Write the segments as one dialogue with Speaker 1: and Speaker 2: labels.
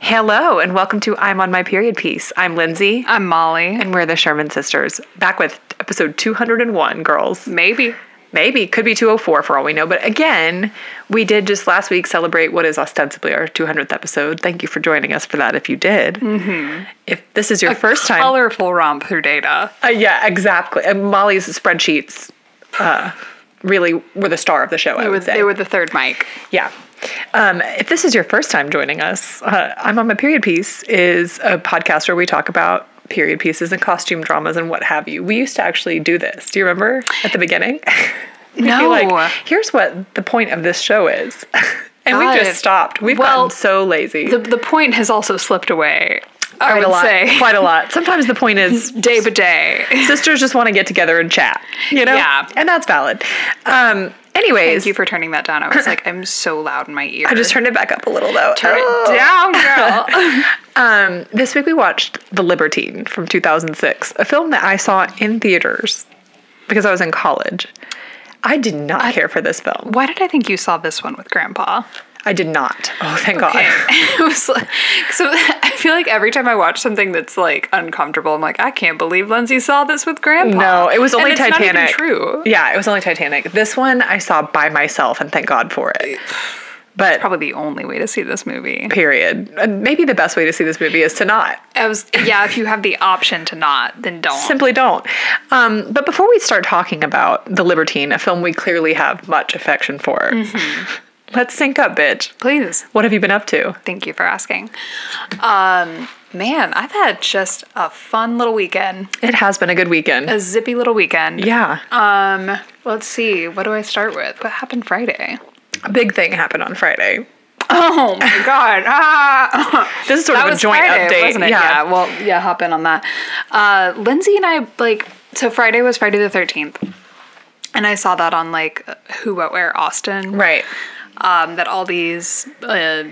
Speaker 1: Hello, and welcome to I'm on My Period Piece. I'm Lindsay,
Speaker 2: I'm Molly.
Speaker 1: and we're the Sherman Sisters, back with episode 201, girls.
Speaker 2: Maybe.
Speaker 1: Maybe, could be 204 for all we know, but again, we did just last week celebrate what is ostensibly our 200th episode. Thank you for joining us for that if you did.
Speaker 2: Mm-hmm.
Speaker 1: If this is your first time.
Speaker 2: Colorful romp through data.
Speaker 1: Uh, yeah, exactly. And Molly's spreadsheets uh, really were the star of the show, I
Speaker 2: They were,
Speaker 1: would say.
Speaker 2: they were the third mic.
Speaker 1: Yeah. Um, if this is your first time joining us, uh, I'm on my period piece is a podcast where we talk about period pieces and costume dramas and what have you. We used to actually do this. Do you remember at the beginning? We'd be
Speaker 2: No.
Speaker 1: like, here's what the point of this show is. and we
Speaker 2: God.
Speaker 1: just stopped. We've
Speaker 2: Well,
Speaker 1: gotten so lazy.
Speaker 2: The, the point has also slipped away. I
Speaker 1: quite
Speaker 2: would
Speaker 1: Oh, a lot.
Speaker 2: say
Speaker 1: Quite a lot. Sometimes the point is
Speaker 2: day by day.
Speaker 1: sisters just want to get together and chat, you know?
Speaker 2: Yeah.
Speaker 1: And that's valid. Um, anyways,
Speaker 2: Thank you for turning that down. I was like, I'm so loud in my ear.
Speaker 1: I just turned it back up a little though.
Speaker 2: turn
Speaker 1: Oh.
Speaker 2: it down, girl.
Speaker 1: Um, this week we watched The Libertine from 2006, a film that I saw in theaters because I was in college. I did not care for this film.
Speaker 2: Why did I think you saw this one with Grandpa?
Speaker 1: I did not. Oh, thank
Speaker 2: Okay.
Speaker 1: God.
Speaker 2: It was like, so I feel like every time I watch something that's like uncomfortable, I'm like, I can't believe Lindsay saw this with Grandpa.
Speaker 1: No, it was
Speaker 2: And
Speaker 1: only
Speaker 2: it's not even
Speaker 1: Titanic.
Speaker 2: true.
Speaker 1: Yeah, it was only Titanic. This one I saw by myself, and thank God for it. But
Speaker 2: Probably the only way to see this movie.
Speaker 1: period. And Maybe the best way to see this movie is to not.
Speaker 2: I was yeah. If you have the option to not, then don't.
Speaker 1: Simply don't. Um, but before we start talking about The Libertine, a film we clearly have much affection for,
Speaker 2: Mm-hmm.
Speaker 1: let's sync up, bitch.
Speaker 2: Please.
Speaker 1: What have you been up to?
Speaker 2: Thank you for asking. Um, man, I've had just a fun little weekend,
Speaker 1: It has been a good weekend.
Speaker 2: a zippy little weekend.
Speaker 1: Yeah.
Speaker 2: Um, let's see. What do I start with? What happened Friday?
Speaker 1: a big thing happened on Friday.
Speaker 2: Oh my god! Ah.
Speaker 1: This is sort
Speaker 2: that
Speaker 1: of a
Speaker 2: was
Speaker 1: joint
Speaker 2: Friday,
Speaker 1: update.
Speaker 2: wasn't it?
Speaker 1: Yeah.
Speaker 2: Well, yeah. Hop in on that. Uh, Lindsay and I like so Friday was Friday the thirteenth, and I saw that on like Who What Where Austin.
Speaker 1: Right.
Speaker 2: um, that all these uh,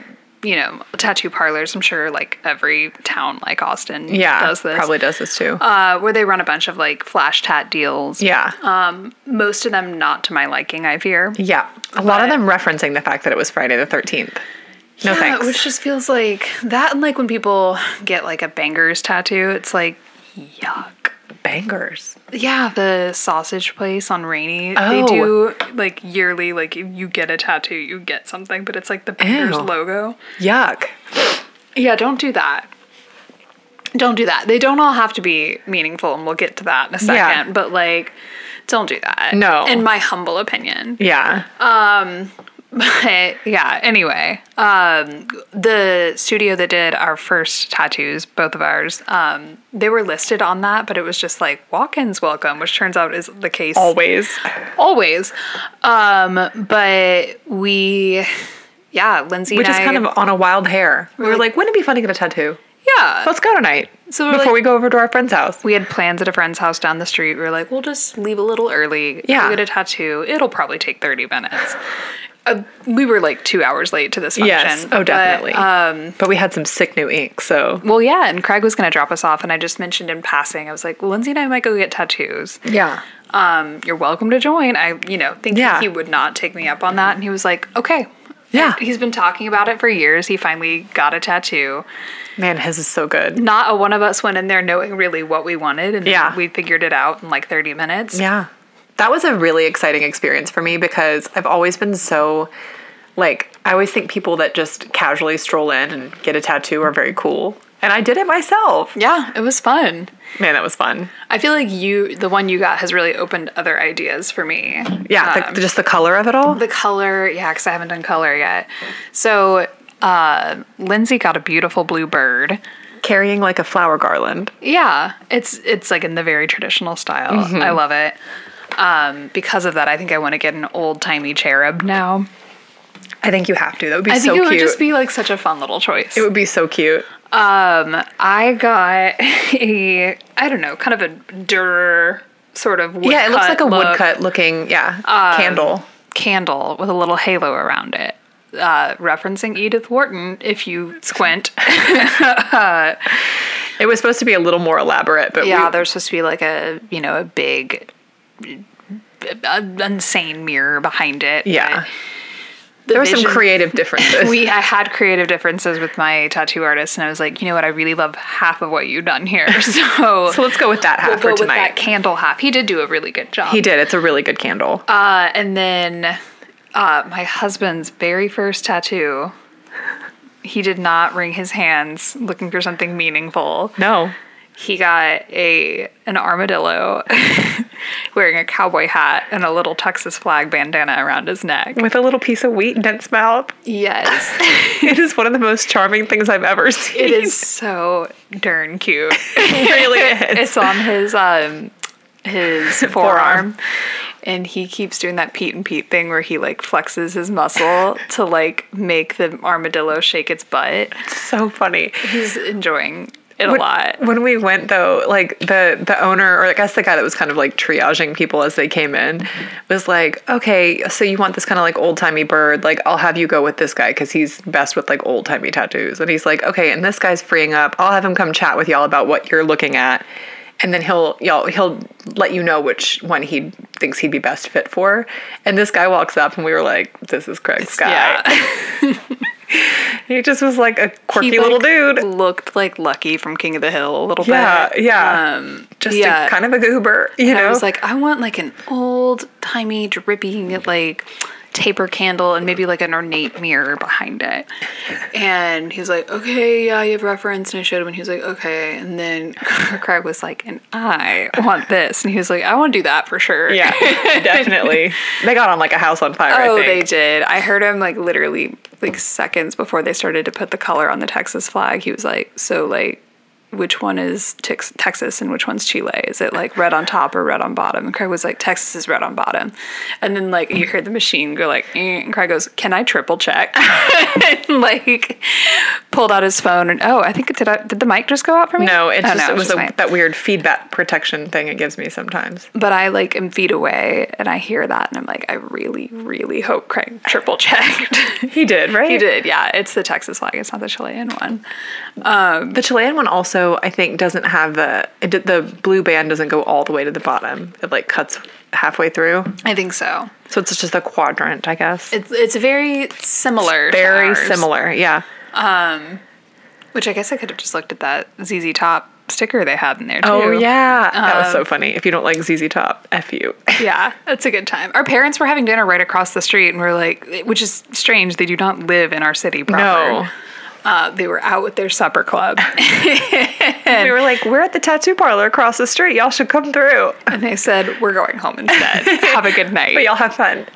Speaker 2: you know tattoo parlors i'm sure like every town like austin
Speaker 1: Yeah.
Speaker 2: does this
Speaker 1: Probably does this too.
Speaker 2: uh, where they run a bunch of like flash tat deals
Speaker 1: yeah.
Speaker 2: um, most of them not to my liking i fear
Speaker 1: yeah. A lot of
Speaker 2: but-
Speaker 1: them referencing the fact that it was Friday the 13th. No thanks.
Speaker 2: which just feels like that and like when people get like a bangers tattoo it's like yuck
Speaker 1: Bangers.
Speaker 2: yeah the sausage place on rainy they
Speaker 1: Oh.
Speaker 2: do like yearly like if you get a tattoo you get something but it's like the bangers
Speaker 1: Ew.
Speaker 2: logo
Speaker 1: Yuck.
Speaker 2: Yeah, don't do that. Don't do that. They don't all have to be meaningful, and we'll get to that in a second.
Speaker 1: Yeah.
Speaker 2: But like, don't do that.
Speaker 1: No.
Speaker 2: in my humble opinion.
Speaker 1: Yeah.
Speaker 2: Uh, But yeah. Anyway, um, the studio that did our first tattoos, both of ours, um, they were listed on that, but it was just like walk-ins welcome, which turns out is the case
Speaker 1: Always.
Speaker 2: always. Um, but we, yeah, Lindsay,
Speaker 1: Which
Speaker 2: and
Speaker 1: is
Speaker 2: I-
Speaker 1: kind of on a wild hair. We were like, wouldn't it be fun to get a tattoo?
Speaker 2: yeah.
Speaker 1: Let's go tonight.
Speaker 2: So we're
Speaker 1: before
Speaker 2: like-
Speaker 1: we go over to our friend's house.
Speaker 2: we had plans at a friend's house down the street. We were like, we'll just leave a little early.
Speaker 1: Yeah.
Speaker 2: Go get a tattoo. It'll probably take 30 minutes. Uh, we were like two hours late to this function.
Speaker 1: Yes. Oh,
Speaker 2: but,
Speaker 1: definitely.
Speaker 2: uh,
Speaker 1: but we had some sick new ink, so
Speaker 2: well, yeah. And Craig was going to drop us off. And I just mentioned in passing, I was like, well, Lindsay and I might go get tattoos.
Speaker 1: yeah.
Speaker 2: Um, you're welcome to join. I, you know, think
Speaker 1: Yeah.
Speaker 2: he would not take me up on that. And he was like, okay.
Speaker 1: Yeah.
Speaker 2: He's been talking about it for years. He finally got a tattoo.
Speaker 1: Man, his is so good.
Speaker 2: Not a one of us went in there knowing really what we wanted. And then
Speaker 1: Yeah.
Speaker 2: we figured it out in like 30 minutes.
Speaker 1: Yeah. That was a really exciting experience for me because I've always been so like I always think people that just casually stroll in and get a tattoo are very cool. And I did it myself.
Speaker 2: Yeah, it was fun.
Speaker 1: Man, that was fun.
Speaker 2: I feel like you, the one you got, has really opened other ideas for me.
Speaker 1: Yeah,
Speaker 2: Um,
Speaker 1: the- just the color of it all.
Speaker 2: The color, yeah, because I haven't done color yet. So, uh, Lindsay got a beautiful blue bird.
Speaker 1: Carrying like a flower garland.
Speaker 2: Yeah, it's it's like in the very traditional style.
Speaker 1: Mm-hmm.
Speaker 2: I love it. Um, because of that, I think I want to get an old timey cherub now.
Speaker 1: I think you have to. That would be
Speaker 2: I
Speaker 1: so
Speaker 2: think it would
Speaker 1: cute.
Speaker 2: just be like such a fun little choice.
Speaker 1: it would be so cute.
Speaker 2: Um, I got a I don't know, kind of a durer sort of woodcut
Speaker 1: yeah, it looks like a
Speaker 2: look. Um,
Speaker 1: woodcut looking, yeah, candle.
Speaker 2: candle with a little halo around it, uh, referencing Edith Wharton. If you squint,
Speaker 1: It was supposed to be a little more elaborate, but
Speaker 2: yeah,
Speaker 1: yeah,
Speaker 2: there's supposed to be like a you know a big, uh, insane mirror behind it.
Speaker 1: yeah.
Speaker 2: but the
Speaker 1: there were some
Speaker 2: vision-
Speaker 1: creative differences.
Speaker 2: we I had creative differences with my tattoo artist, and I was like, you know what? I really love half of what you've done here. So,
Speaker 1: so let's go with that half
Speaker 2: we'll
Speaker 1: for
Speaker 2: go with that
Speaker 1: tonight.
Speaker 2: candle half. He did do a really good job.
Speaker 1: he did. It's a really good candle.
Speaker 2: Uh, and then uh, my husband's very first tattoo. He did not wring his hands looking for something meaningful.
Speaker 1: no.
Speaker 2: He got a an armadillo wearing a cowboy hat and a little Texas flag bandana around his neck.
Speaker 1: With a little piece of wheat in its mouth.
Speaker 2: Yes.
Speaker 1: It is one of the most charming things I've ever seen.
Speaker 2: It is so darn cute.
Speaker 1: It really is.
Speaker 2: it's on his um his
Speaker 1: Forearm.
Speaker 2: forearm. And he keeps doing that Pete and Pete thing where he like flexes his muscle to like make the armadillo shake its butt.
Speaker 1: It's so funny.
Speaker 2: He's enjoying it a
Speaker 1: When-
Speaker 2: lot.
Speaker 1: When we went though, like the the owner or I guess the guy that was kind of like triaging people as they came in was like, okay, so you want this kind of like old timey bird? Like I'll have you go with this guy because he's best with like old timey tattoos. And he's like, okay, and this guy's freeing up. I'll have him come chat with y'all about what you're looking at, and then he'll y'all he'll let you know which one he thinks he'd be best fit for. And this guy walks up, and we were like, this is Craig's guy.
Speaker 2: Yeah.
Speaker 1: He just was like a quirky
Speaker 2: He,
Speaker 1: little
Speaker 2: like,
Speaker 1: dude.
Speaker 2: Looked like Lucky from King of the Hill a little
Speaker 1: Yeah,
Speaker 2: bit. Um,
Speaker 1: yeah. just
Speaker 2: yeah.
Speaker 1: a, kind of a goober, you know.
Speaker 2: I was like, I want like an old timey dripping like taper candle and maybe like an ornate mirror behind it. And he was like, Okay, yeah, you have reference. And I showed him and he was like, Okay. And then Craig was like, And I want this. And he was like, I want to do that for sure.
Speaker 1: yeah, definitely. They got on like a house on fire.
Speaker 2: Oh,
Speaker 1: I
Speaker 2: they
Speaker 1: think.
Speaker 2: did. I heard him like literally like seconds before they started to put the color on the Texas flag. He was like, "So like, which one is tex- Texas and which one's Chile? Is it like red on top or red on bottom?" And Craig was like, "Texas is red on bottom," and then like you heard the machine go like, eh, and Craig goes, "Can I triple check?" and like pulled out his phone and oh, I think did I did the mic just go out for me?
Speaker 1: No, it's
Speaker 2: Oh,
Speaker 1: just it was
Speaker 2: just
Speaker 1: a-
Speaker 2: mine.
Speaker 1: that weird feedback protection thing it gives me sometimes.
Speaker 2: But I like am feet away and I hear that and I'm like, I really, really hope Craig triple checked.
Speaker 1: He did, right?
Speaker 2: He did, yeah. It's the Texas flag. It's not the Chilean one.
Speaker 1: The Chilean one also, I think, doesn't have the it, did- the blue band doesn't go all the way to the bottom. It like cuts halfway through,
Speaker 2: I think so.
Speaker 1: so it's just a quadrant, I guess.
Speaker 2: It's it's very similar. to
Speaker 1: Very
Speaker 2: ours,
Speaker 1: similar, yeah.
Speaker 2: Which I guess I could have just looked at that ZZ Top sticker they had in there too.
Speaker 1: Oh yeah, Um, that was so funny. If you don't like ZZ Top, f you.
Speaker 2: yeah. That's a good time. Our parents were having dinner right across the street, and we are like, which is strange. They do not live in our city proper.
Speaker 1: No.
Speaker 2: Uh, they were out with their supper club,
Speaker 1: we were like, we're at the tattoo parlor across the street. Y'all should come through.
Speaker 2: and they said, "We're going home instead. have a good night."
Speaker 1: But y'all have fun.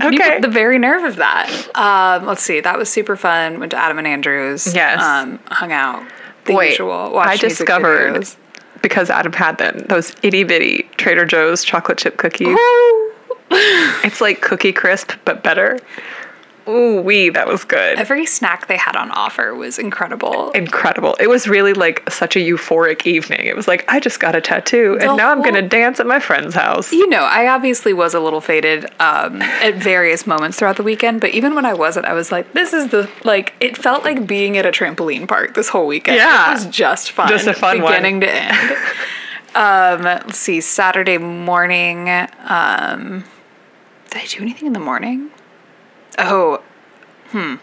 Speaker 2: You
Speaker 1: okay.
Speaker 2: put the very nerve of that. Um, let's see. That was super fun. Went to Adam and Andrews.
Speaker 1: Yes.
Speaker 2: Um, hung out. The
Speaker 1: Wait,
Speaker 2: usual. Watched
Speaker 1: I
Speaker 2: music
Speaker 1: discovered
Speaker 2: videos.
Speaker 1: because Adam had them those itty bitty Trader Joe's chocolate chip cookies.
Speaker 2: Woo!
Speaker 1: it's like cookie crisp but better. Ooh wee, that was good.
Speaker 2: Every snack they had on offer was incredible.
Speaker 1: Incredible. It was really like such a euphoric evening. It was like I just got a tattoo and
Speaker 2: The
Speaker 1: now I'm gonna
Speaker 2: whole-
Speaker 1: dance at my friend's house.
Speaker 2: You know, I obviously was a little faded um, at various moments throughout the weekend, but even when I wasn't, I was like, this is the, like, it felt like being at a trampoline park this whole weekend.
Speaker 1: Yeah.
Speaker 2: It was just fun.
Speaker 1: Just a fun one.
Speaker 2: Beginning to end. um, let's see, Saturday morning. Um, did I do anything in the morning? Oh,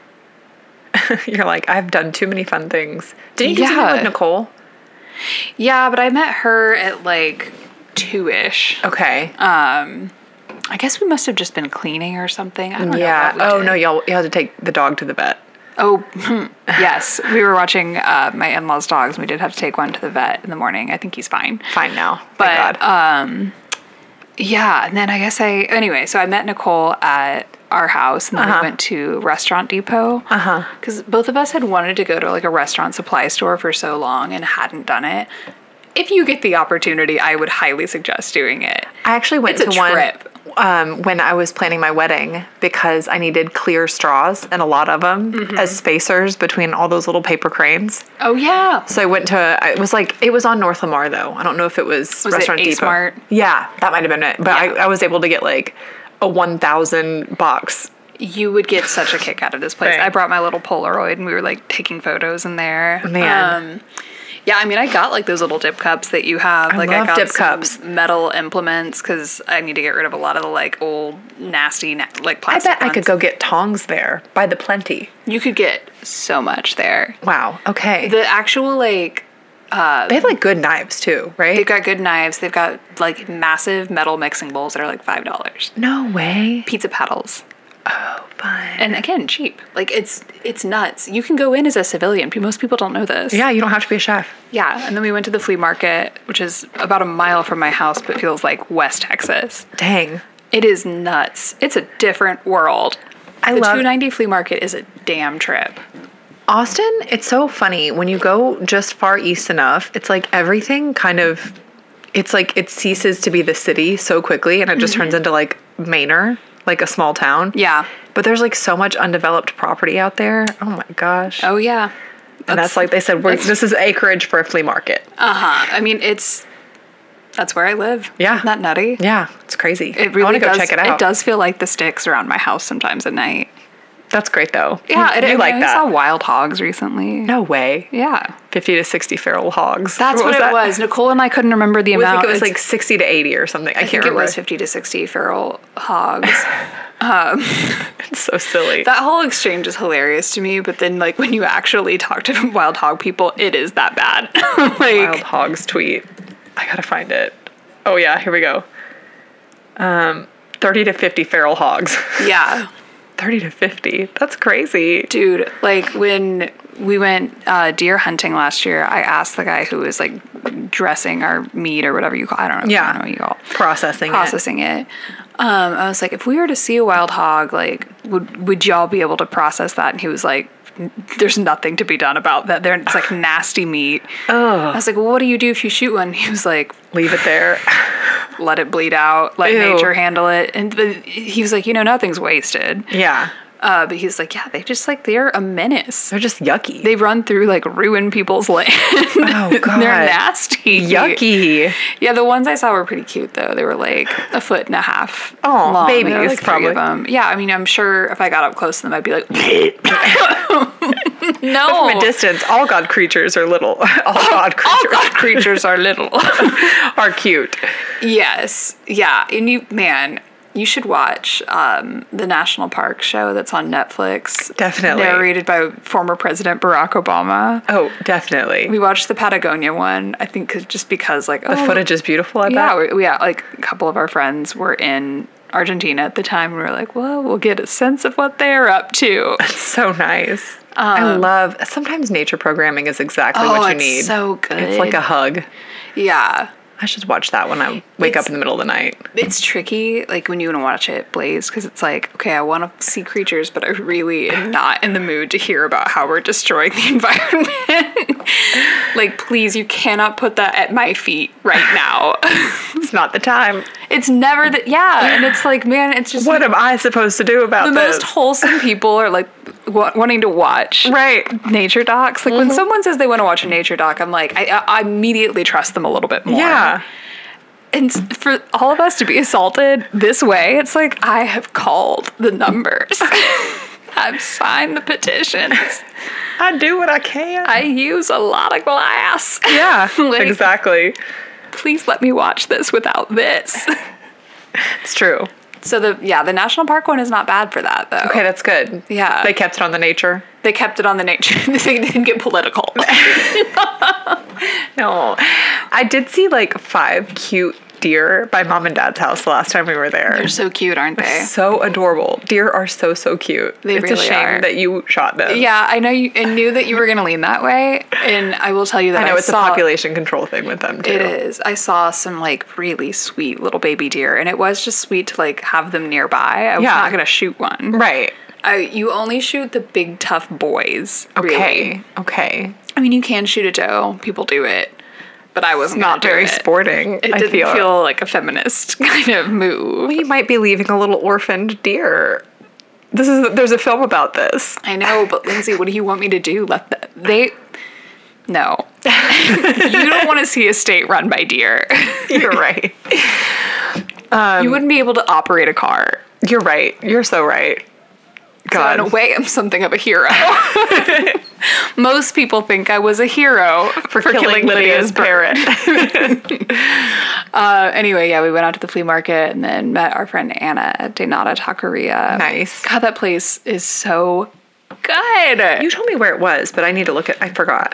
Speaker 1: You're like, I've done too many fun things. Did you do something
Speaker 2: Yeah.
Speaker 1: with Nicole?
Speaker 2: yeah, but I met her at like two ish.
Speaker 1: Okay.
Speaker 2: Uh, I guess we must have just been cleaning or something. I don't
Speaker 1: yeah.
Speaker 2: know. what we
Speaker 1: Oh
Speaker 2: did.
Speaker 1: no, y'all you had to take the dog to the vet.
Speaker 2: Oh, hmm, yes. We were watching uh, my in law's dogs, and we did have to take one to the vet in the morning. I think he's fine.
Speaker 1: Fine now.
Speaker 2: But, um, yeah. And then I guess I, anyway, so I met Nicole at our house, and then we went to Restaurant Depot. Uh huh. Because both of us had wanted to go to like a restaurant supply store for so long and hadn't done it. If you get the opportunity, I would highly suggest doing it.
Speaker 1: I actually went
Speaker 2: It's a
Speaker 1: to one
Speaker 2: trip.
Speaker 1: Um, when I was planning my wedding because I needed clear straws and a lot of them as spacers between all those little paper cranes.
Speaker 2: Oh, yeah.
Speaker 1: So I went to I- it was like it was on North Lamar though. I don't know if it was,
Speaker 2: Was it
Speaker 1: Restaurant
Speaker 2: Ace
Speaker 1: Depot.
Speaker 2: Mart?
Speaker 1: Yeah, that might have been it. But I,
Speaker 2: Yeah.
Speaker 1: I was able to get like a one thousand box.
Speaker 2: You would get such a kick out of this place.
Speaker 1: Right.
Speaker 2: I brought my little Polaroid and we were like taking photos in there.
Speaker 1: Man.
Speaker 2: Um, Yeah, I mean, I got like those little dip cups that you have. like
Speaker 1: love
Speaker 2: I got
Speaker 1: dip
Speaker 2: some
Speaker 1: cups.
Speaker 2: metal implements because I need to get rid of a lot of the like old nasty na- like
Speaker 1: I
Speaker 2: plastic.
Speaker 1: bet I could
Speaker 2: ones.
Speaker 1: go get tongs there by the plenty.
Speaker 2: You could get so much there.
Speaker 1: Wow. Okay.
Speaker 2: The actual like
Speaker 1: they have like good knives too, right?
Speaker 2: they've got good knives. They've got like massive metal mixing bowls that are like five dollars.
Speaker 1: no way.
Speaker 2: Pizza paddles.
Speaker 1: Fun.
Speaker 2: and again cheap like it's it's nuts you can go in as a civilian Pe- most people don't know this
Speaker 1: yeah, you don't have to be a chef.
Speaker 2: yeah and then we went to the flea market which is about a mile from my house but feels like west texas
Speaker 1: Dang.
Speaker 2: it is nuts it's a different world
Speaker 1: I
Speaker 2: the
Speaker 1: love-
Speaker 2: 290 flea market is a damn trip
Speaker 1: Austin, it's so funny when you go just far east enough, it's like everything kind of it's like it ceases to be the city so quickly and it just turns into like Manor, like a small town.
Speaker 2: Mm-hmm. Yeah.
Speaker 1: But there's like so much undeveloped property out there. Oh my gosh.
Speaker 2: oh yeah
Speaker 1: and that's like they said we're, this is acreage for a flea market.
Speaker 2: uh-huh i mean it's that's where i live
Speaker 1: Yeah.
Speaker 2: Isn't that nutty
Speaker 1: yeah, it's crazy.
Speaker 2: it really
Speaker 1: I want to go
Speaker 2: does
Speaker 1: check it out.
Speaker 2: it does feel like the sticks around my house sometimes at night
Speaker 1: That's great though.
Speaker 2: yeah
Speaker 1: you,
Speaker 2: it,
Speaker 1: you
Speaker 2: I,
Speaker 1: like
Speaker 2: mean, I
Speaker 1: that.
Speaker 2: saw wild hogs recently
Speaker 1: no way.
Speaker 2: yeah
Speaker 1: 50 to 60 feral hogs.
Speaker 2: That's what,
Speaker 1: was
Speaker 2: it
Speaker 1: that?
Speaker 2: was. Nicole and I couldn't remember the
Speaker 1: I
Speaker 2: amount.
Speaker 1: think it was
Speaker 2: It's-
Speaker 1: like 60 to 80 or something. I,
Speaker 2: I
Speaker 1: can't
Speaker 2: think it
Speaker 1: remember.
Speaker 2: was fifty to sixty feral hogs.
Speaker 1: It's so silly.
Speaker 2: that whole exchange is hilarious to me. But then, like when you actually talk to wild hog people, it is that bad. like
Speaker 1: Wild Hogs tweet. I gotta find it. Oh yeah, here we go. Um, thirty to fifty feral hogs.
Speaker 2: yeah,
Speaker 1: thirty to fifty. That's crazy.
Speaker 2: dude. Like when we went uh, deer hunting last year, I asked the guy who was like dressing our meat or whatever you call. I don't know. I
Speaker 1: Yeah.
Speaker 2: don't know what you call. it.
Speaker 1: Processing. Processing.
Speaker 2: processing it. Um, I was like, if we were to see a wild hog, like, would would y'all be able to process that? And he was like, there's nothing to be done about that. There, it's like nasty meat. I was like, well, what do you do if you shoot one? He was like,
Speaker 1: Leave it there.
Speaker 2: let it bleed out, let
Speaker 1: Ew.
Speaker 2: nature handle it. And the, he was like, you know, nothing's wasted.
Speaker 1: yeah,
Speaker 2: Uh, but he's like, yeah, they just like they're a menace.
Speaker 1: they're just yucky.
Speaker 2: They run through like ruin people's land.
Speaker 1: oh god,
Speaker 2: they're nasty.
Speaker 1: Yucky.
Speaker 2: Yeah, the ones I saw were pretty cute though. They were like a foot and a half
Speaker 1: Aw,
Speaker 2: long. There were,
Speaker 1: babies,
Speaker 2: like, three
Speaker 1: probably.
Speaker 2: of them. Yeah, I mean, I'm sure if I got up close to them, I'd be like, no,
Speaker 1: From a distance, all god creatures are little. Oh. all god
Speaker 2: all
Speaker 1: creatures
Speaker 2: God creatures are little.
Speaker 1: are cute.
Speaker 2: yes, yeah, and you, man, you should watch um, the national park show that's on Netflix.
Speaker 1: Definitely.
Speaker 2: narrated by former President Barack Obama.
Speaker 1: Oh, definitely.
Speaker 2: We watched the Patagonia one. I think 'cause- just because like
Speaker 1: the footage is beautiful. I
Speaker 2: Yeah,
Speaker 1: bet.
Speaker 2: we, yeah. Like a couple of our friends were in Argentina at the time, and we were like, "Well, we'll get a sense of what they're up to."
Speaker 1: So nice. Um, I love. Sometimes nature programming is exactly what you need.
Speaker 2: so good.
Speaker 1: It's like a hug.
Speaker 2: yeah.
Speaker 1: I should watch that when I wake
Speaker 2: It's-
Speaker 1: up in the middle of the night.
Speaker 2: It's tricky, like when you want to watch it, Blaze, because it's like, okay, I want to see creatures, but I really am not in the mood to hear about how we're destroying the environment. like, please, you cannot put that at my feet right now.
Speaker 1: It's not the time.
Speaker 2: it's never that, yeah. And it's like, man, it's just
Speaker 1: What am I supposed to do about
Speaker 2: the
Speaker 1: this?
Speaker 2: most wholesome people are like wa- wanting to watch
Speaker 1: right. Mm-hmm.
Speaker 2: nature docs. Like when someone says they want to watch a nature doc, I'm like, I, I immediately trust them a little bit more.
Speaker 1: Yeah.
Speaker 2: And s- for all of us to be assaulted this way, it's like I have called the numbers. I've signed the petitions.
Speaker 1: I do what I can.
Speaker 2: I use a lot of glass.
Speaker 1: yeah.
Speaker 2: Like-
Speaker 1: exactly.
Speaker 2: Please let me watch this without this.
Speaker 1: It's true.
Speaker 2: So the yeah, the national park one is not bad for that though.
Speaker 1: Okay, that's good.
Speaker 2: Yeah.
Speaker 1: They kept it on the nature.
Speaker 2: They kept it on the nature. they didn't get political.
Speaker 1: No. I did see like five cute deer by mom and dad's house the last time we were there.
Speaker 2: They're so cute, aren't they?
Speaker 1: So adorable. Deer are so so cute.
Speaker 2: They
Speaker 1: it's a
Speaker 2: really
Speaker 1: shame
Speaker 2: are.
Speaker 1: that you shot them.
Speaker 2: Yeah, I know you I knew that you were going to lean that way, and I will tell you that
Speaker 1: I
Speaker 2: I,
Speaker 1: know it's
Speaker 2: saw
Speaker 1: a population control thing with them too.
Speaker 2: It is. I saw some like really sweet little baby deer, and it was just sweet to like have them nearby. I was
Speaker 1: Yeah.
Speaker 2: not going to shoot one.
Speaker 1: Right.
Speaker 2: I, you only shoot the big tough boys.
Speaker 1: Okay.
Speaker 2: really.
Speaker 1: Okay.
Speaker 2: I mean, you can shoot a doe. People do it, but I was
Speaker 1: Not very
Speaker 2: sporty.
Speaker 1: sporting.
Speaker 2: It
Speaker 1: I
Speaker 2: didn't feel. like a feminist kind of move.
Speaker 1: we might be leaving a little orphaned deer. This is there's a film about this.
Speaker 2: I know, but Lindsay, what do you want me to do? Let the, they. No. you don't want to see a state run by deer.
Speaker 1: You're right.
Speaker 2: you wouldn't be able to operate a car.
Speaker 1: You're right. You're so right.
Speaker 2: So in a
Speaker 1: God.
Speaker 2: way, I'm something of a hero. Most people think I was a hero for, killing, Lydia's parrot. Uh, anyway, yeah, we went out to the flea market and then met our friend Anna at Denata Taqueria.
Speaker 1: Nice.
Speaker 2: God, that place is so good.
Speaker 1: You told me where it was, but I need to look at. I forgot.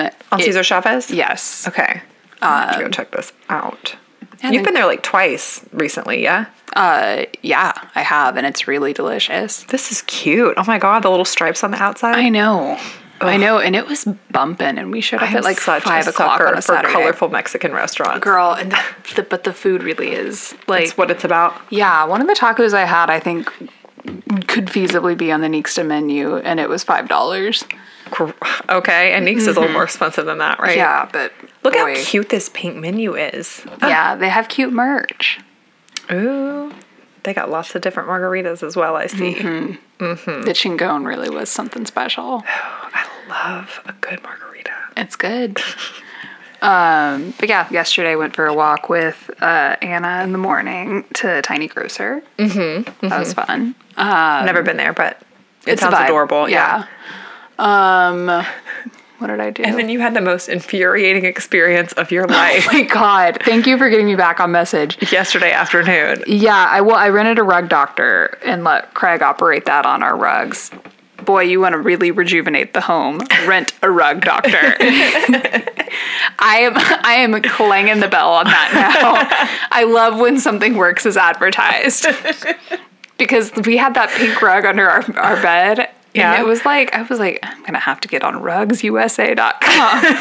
Speaker 1: On
Speaker 2: it- Uh,
Speaker 1: Cesar Chavez.
Speaker 2: Yes.
Speaker 1: Okay. I have to go check this out. You've
Speaker 2: then-
Speaker 1: been there like twice recently, yeah?
Speaker 2: Uh, yeah, I have, and it's really delicious.
Speaker 1: This is cute. Oh my god, the little stripes on the outside.
Speaker 2: I know. I know, and it was bumping, and we showed up
Speaker 1: am
Speaker 2: at like
Speaker 1: such a
Speaker 2: five o'clock
Speaker 1: sucker
Speaker 2: on a
Speaker 1: for
Speaker 2: Saturday.
Speaker 1: colorful Mexican restaurants.
Speaker 2: Girl, and the, the, but the food really is like
Speaker 1: That's what it's about.
Speaker 2: Yeah, one of the tacos I had, I think, could feasibly be on the Nixta menu, and it was five dollars.
Speaker 1: Gr- Okay, and Nix is a little more expensive than that, right?
Speaker 2: Yeah, but
Speaker 1: Look
Speaker 2: boy.
Speaker 1: how cute this pink menu is.
Speaker 2: Yeah, they have cute merch.
Speaker 1: Ooh, they got lots of different margaritas as well. I see.
Speaker 2: Mm-hmm.
Speaker 1: Hmm.
Speaker 2: The chingon really was something special.
Speaker 1: Love a good margarita.
Speaker 2: It's good. Um, but yeah, yesterday I went for a walk with uh, Anna in the morning to Tiny Grocer. Mm-hmm, That was fun. Uh,
Speaker 1: Never been there, but it
Speaker 2: Um, It's a
Speaker 1: sounds
Speaker 2: vibe.
Speaker 1: adorable.
Speaker 2: Yeah. Um, what did I do?
Speaker 1: And then you had the most infuriating experience of your life
Speaker 2: oh my God! Thank you for getting me back on message.
Speaker 1: yesterday afternoon.
Speaker 2: Yeah, I well, I rented a rug doctor and let Craig operate that on our rugs. Boy, you want to really rejuvenate the home? Rent a rug doctor. I am I am clanging the bell on that now. I love when something works as advertised. Because we had that pink rug under our, our bed.
Speaker 1: Yeah.
Speaker 2: And it was like I was like, I'm gonna have to get on rugsusa.com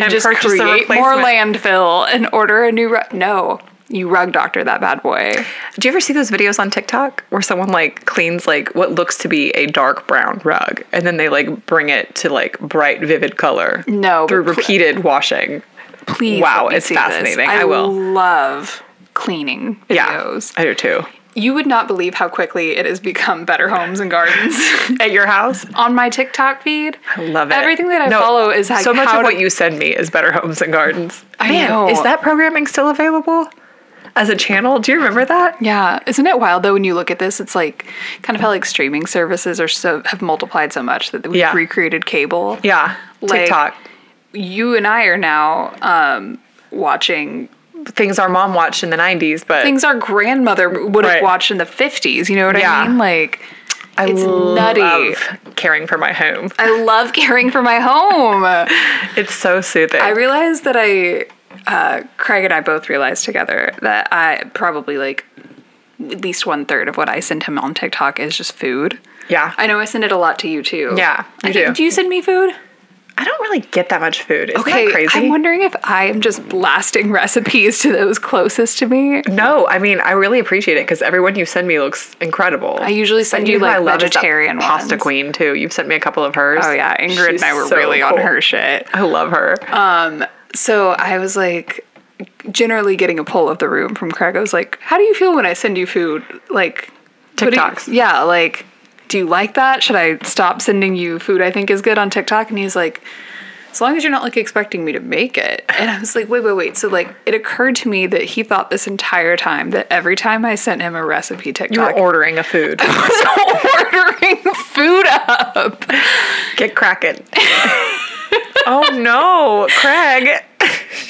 Speaker 2: and, just
Speaker 1: purchase a
Speaker 2: create more
Speaker 1: replacement.
Speaker 2: landfill and order a new rug. No, you rug doctor that bad boy.
Speaker 1: Do you ever see those videos on TikTok where someone like cleans like what looks to be a dark brown rug and then they like bring it to like bright vivid color?
Speaker 2: No,
Speaker 1: Through
Speaker 2: but pl-
Speaker 1: repeated washing.
Speaker 2: Please.
Speaker 1: Wow,
Speaker 2: let me
Speaker 1: it's
Speaker 2: see this.
Speaker 1: fascinating. I will.
Speaker 2: love cleaning
Speaker 1: Yeah.
Speaker 2: videos.
Speaker 1: I do too.
Speaker 2: You would not believe how quickly it has become Better Homes and Gardens
Speaker 1: At your house?
Speaker 2: on my TikTok feed. I
Speaker 1: Love it.
Speaker 2: Everything that I
Speaker 1: No,
Speaker 2: follow is like
Speaker 1: so much
Speaker 2: how
Speaker 1: of
Speaker 2: to-
Speaker 1: what you send me is Better Homes and Gardens.
Speaker 2: I
Speaker 1: Man,
Speaker 2: know.
Speaker 1: Is that programming still available as a channel? Do you remember that?
Speaker 2: Yeah, isn't it wild though when you look at this? It's like kind of how like streaming services are so have multiplied so much that we've
Speaker 1: Yeah.
Speaker 2: recreated cable.
Speaker 1: Yeah.
Speaker 2: Like-
Speaker 1: TikTok.
Speaker 2: You and I are now um, watching
Speaker 1: Things our mom watched in the 90s, but
Speaker 2: things our grandmother would have
Speaker 1: Right.
Speaker 2: watched in the 50s. You know what I
Speaker 1: Yeah.
Speaker 2: mean? Like,
Speaker 1: I
Speaker 2: it's
Speaker 1: love
Speaker 2: nutty.
Speaker 1: caring for my home.
Speaker 2: I love caring for my home.
Speaker 1: It's so soothing.
Speaker 2: I realized that I, uh, Craig and I both realized together that I probably like at least one third of what I send him on TikTok is just food.
Speaker 1: yeah.
Speaker 2: I know I send it a lot to you too.
Speaker 1: Yeah,
Speaker 2: I
Speaker 1: you
Speaker 2: think-
Speaker 1: do.
Speaker 2: Do you send me food?
Speaker 1: I don't really get that much food. Isn't
Speaker 2: Okay,
Speaker 1: that crazy?
Speaker 2: I'm wondering if I am just blasting recipes to those closest to me.
Speaker 1: no, I mean I really appreciate it because everyone you send me looks incredible.
Speaker 2: I usually
Speaker 1: But
Speaker 2: send you,
Speaker 1: who
Speaker 2: like,
Speaker 1: I love is that
Speaker 2: vegetarian
Speaker 1: pasta
Speaker 2: ones.
Speaker 1: queen too. You've sent me a couple of hers.
Speaker 2: Oh yeah, Ingrid
Speaker 1: She's
Speaker 2: and I were
Speaker 1: so
Speaker 2: really on
Speaker 1: cool.
Speaker 2: her Uh, shit.
Speaker 1: I love her.
Speaker 2: So I was like, generally getting a poll of the room from Craig. I was like, how do you feel when I send you food? Like, what do you-
Speaker 1: TikToks.
Speaker 2: yeah, like, do you like that? Should I stop sending you food I think is good on TikTok? And he's like, as long as you're not like expecting me to make it. And I was like, wait, wait, wait. So like, it occurred to me that he thought this entire time that every time I sent him a recipe
Speaker 1: you were
Speaker 2: TikTok,
Speaker 1: ordering a food.
Speaker 2: was ordering food up.
Speaker 1: get cracking. oh no, Craig!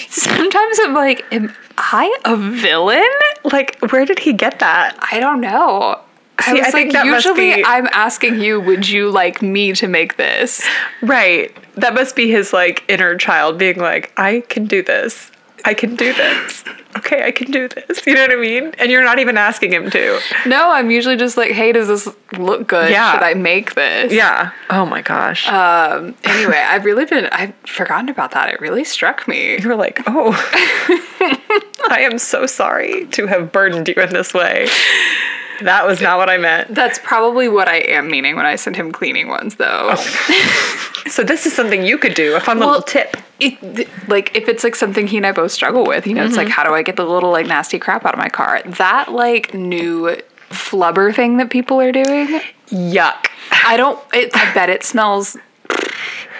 Speaker 2: Sometimes I'm like, am I a villain?
Speaker 1: Like, where did he get that?
Speaker 2: I don't know. I
Speaker 1: See,
Speaker 2: was
Speaker 1: I
Speaker 2: like,
Speaker 1: think that must
Speaker 2: usually
Speaker 1: be-
Speaker 2: I'm asking you, would you like me to make this?
Speaker 1: Right. That must be his like inner child being like, I can do this. I can do this. Okay, I can do this. You know what I mean? And you're not even asking him to.
Speaker 2: No, I'm usually just like, hey, does this look good?
Speaker 1: Yeah.
Speaker 2: Should I make this?
Speaker 1: Yeah. Oh my gosh.
Speaker 2: Anyway, I've really been, I've forgotten about that. It really struck me.
Speaker 1: you were like, oh, I am so sorry to have burdened you in this way. That was not what I meant.
Speaker 2: That's probably what I am meaning when I send him cleaning ones, though.
Speaker 1: Oh. So this is something you could do. A fun
Speaker 2: Well-
Speaker 1: little tip.
Speaker 2: It, th- like, if it's like something he and I both struggle with, you know,
Speaker 1: Mm-hmm.
Speaker 2: it's like, how do I get the little like nasty crap out of my car? That like new flubber thing that people are doing,
Speaker 1: Yuck.
Speaker 2: I don't. It, I bet it smells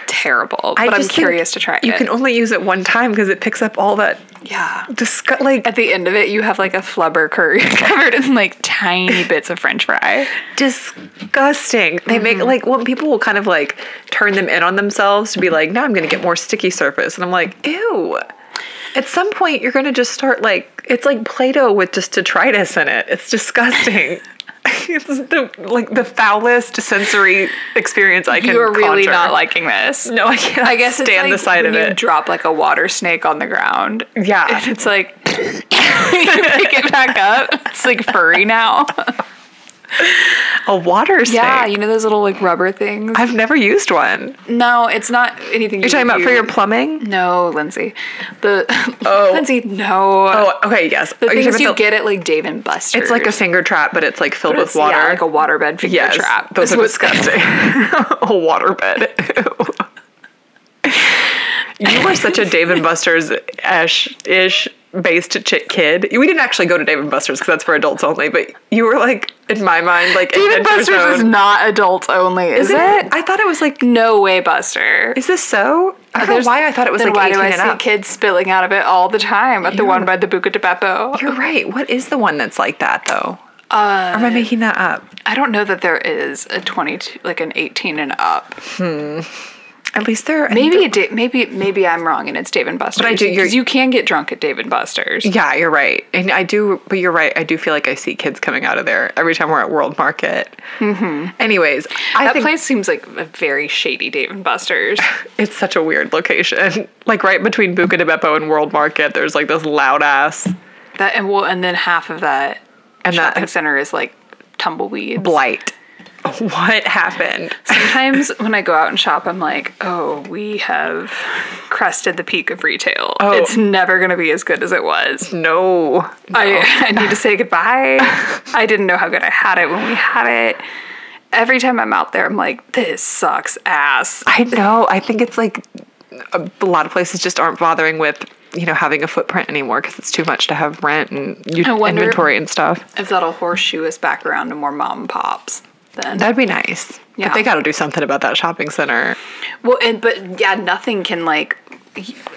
Speaker 2: terrible, but I'm
Speaker 1: just think
Speaker 2: curious to try
Speaker 1: You
Speaker 2: it.
Speaker 1: can only use it one time because it picks up all that
Speaker 2: yeah.
Speaker 1: disgust. Like
Speaker 2: At the end of it, you have like a flubber curry covered in like tiny bits of French fry.
Speaker 1: disgusting. They make
Speaker 2: Mm-hmm.
Speaker 1: like well, people will kind of like turn them in on themselves to be like, now I'm going to get more sticky surface, and I'm like, ew. At some point, you're going to just start like it's like Play-Doh with just detritus in it. It's disgusting. it's the like the foulest sensory experience I can.
Speaker 2: You are really
Speaker 1: conjure.
Speaker 2: not liking this.
Speaker 1: No, I can't.
Speaker 2: I guess it's
Speaker 1: stand
Speaker 2: like
Speaker 1: the sight
Speaker 2: when
Speaker 1: of
Speaker 2: you
Speaker 1: it.
Speaker 2: drop like a water snake on the ground.
Speaker 1: Yeah.
Speaker 2: and it's like you pick it back up. It's like furry now.
Speaker 1: A water snake.
Speaker 2: Yeah, you know those little like rubber things.
Speaker 1: I've never used one.
Speaker 2: no, it's not anything.
Speaker 1: You're talking about for your plumbing?
Speaker 2: No, Lindsay. The Lindsay. No.
Speaker 1: Oh, okay, yes.
Speaker 2: The
Speaker 1: Are you
Speaker 2: things
Speaker 1: talking
Speaker 2: you
Speaker 1: about the-
Speaker 2: get at like Dave and Buster's.
Speaker 1: It's like a finger trap, but it's like filled
Speaker 2: But it's,
Speaker 1: with water.
Speaker 2: Yeah, like a waterbed finger
Speaker 1: yes,
Speaker 2: trap.
Speaker 1: those
Speaker 2: Is
Speaker 1: are
Speaker 2: what's-
Speaker 1: disgusting. a waterbed. Ew. you were such a Dave and Buster's ish ish based chick kid. We didn't actually go to Dave and Buster's because that's for adults only. But you were like in my mind, like
Speaker 2: Dave and
Speaker 1: Adventure
Speaker 2: Buster's is
Speaker 1: Zone.
Speaker 2: not adults only. Is, it?
Speaker 1: I thought it was like.
Speaker 2: no way, Buster.
Speaker 1: Is this so? I don't know why I thought it was
Speaker 2: then
Speaker 1: like
Speaker 2: why
Speaker 1: 18
Speaker 2: do I
Speaker 1: and
Speaker 2: see
Speaker 1: up.
Speaker 2: kids spilling out of it all the time at the one by the Buca de Beppo?
Speaker 1: You're right. What is the one that's like that though? Uh, Am I making that up?
Speaker 2: I don't know that there is a 22, like an 18 and up.
Speaker 1: At least there.
Speaker 2: Maybe it did. Maybe maybe I'm wrong, and it's Dave and Buster's.
Speaker 1: do- you're-
Speaker 2: 'cause you can get drunk at Dave and Buster's.
Speaker 1: Yeah, you're right. And I do, but you're right. I do feel like I see kids coming out of there every time we're at World Market. Mm-hmm. Anyways, I
Speaker 2: that
Speaker 1: think
Speaker 2: place seems like a very shady Dave and Buster's.
Speaker 1: it's such a weird location. Like right between Buca de Beppo and World Market, there's like this loud ass
Speaker 2: that and well, and then half of that
Speaker 1: and
Speaker 2: shopping
Speaker 1: that
Speaker 2: center is like tumbleweeds.
Speaker 1: blight. What happened?
Speaker 2: Sometimes when I go out and shop, I'm like, oh, we have crested the peak of retail.
Speaker 1: Oh.
Speaker 2: It's never going to be as good as it was.
Speaker 1: No.
Speaker 2: I, I need to say goodbye. I didn't know how good I had it when we had it. Every time I'm out there, I'm like, this sucks ass.
Speaker 1: I know. I think it's like a lot of places just aren't bothering with you know having a footprint anymore because it's too much to have rent and you,
Speaker 2: I wonder-
Speaker 1: inventory and stuff.
Speaker 2: If that'll horseshoe us back around to more mom and pops. Then.
Speaker 1: That'd be nice.
Speaker 2: Yeah.
Speaker 1: But they got to do something about that shopping center.
Speaker 2: Well, and but yeah, nothing can like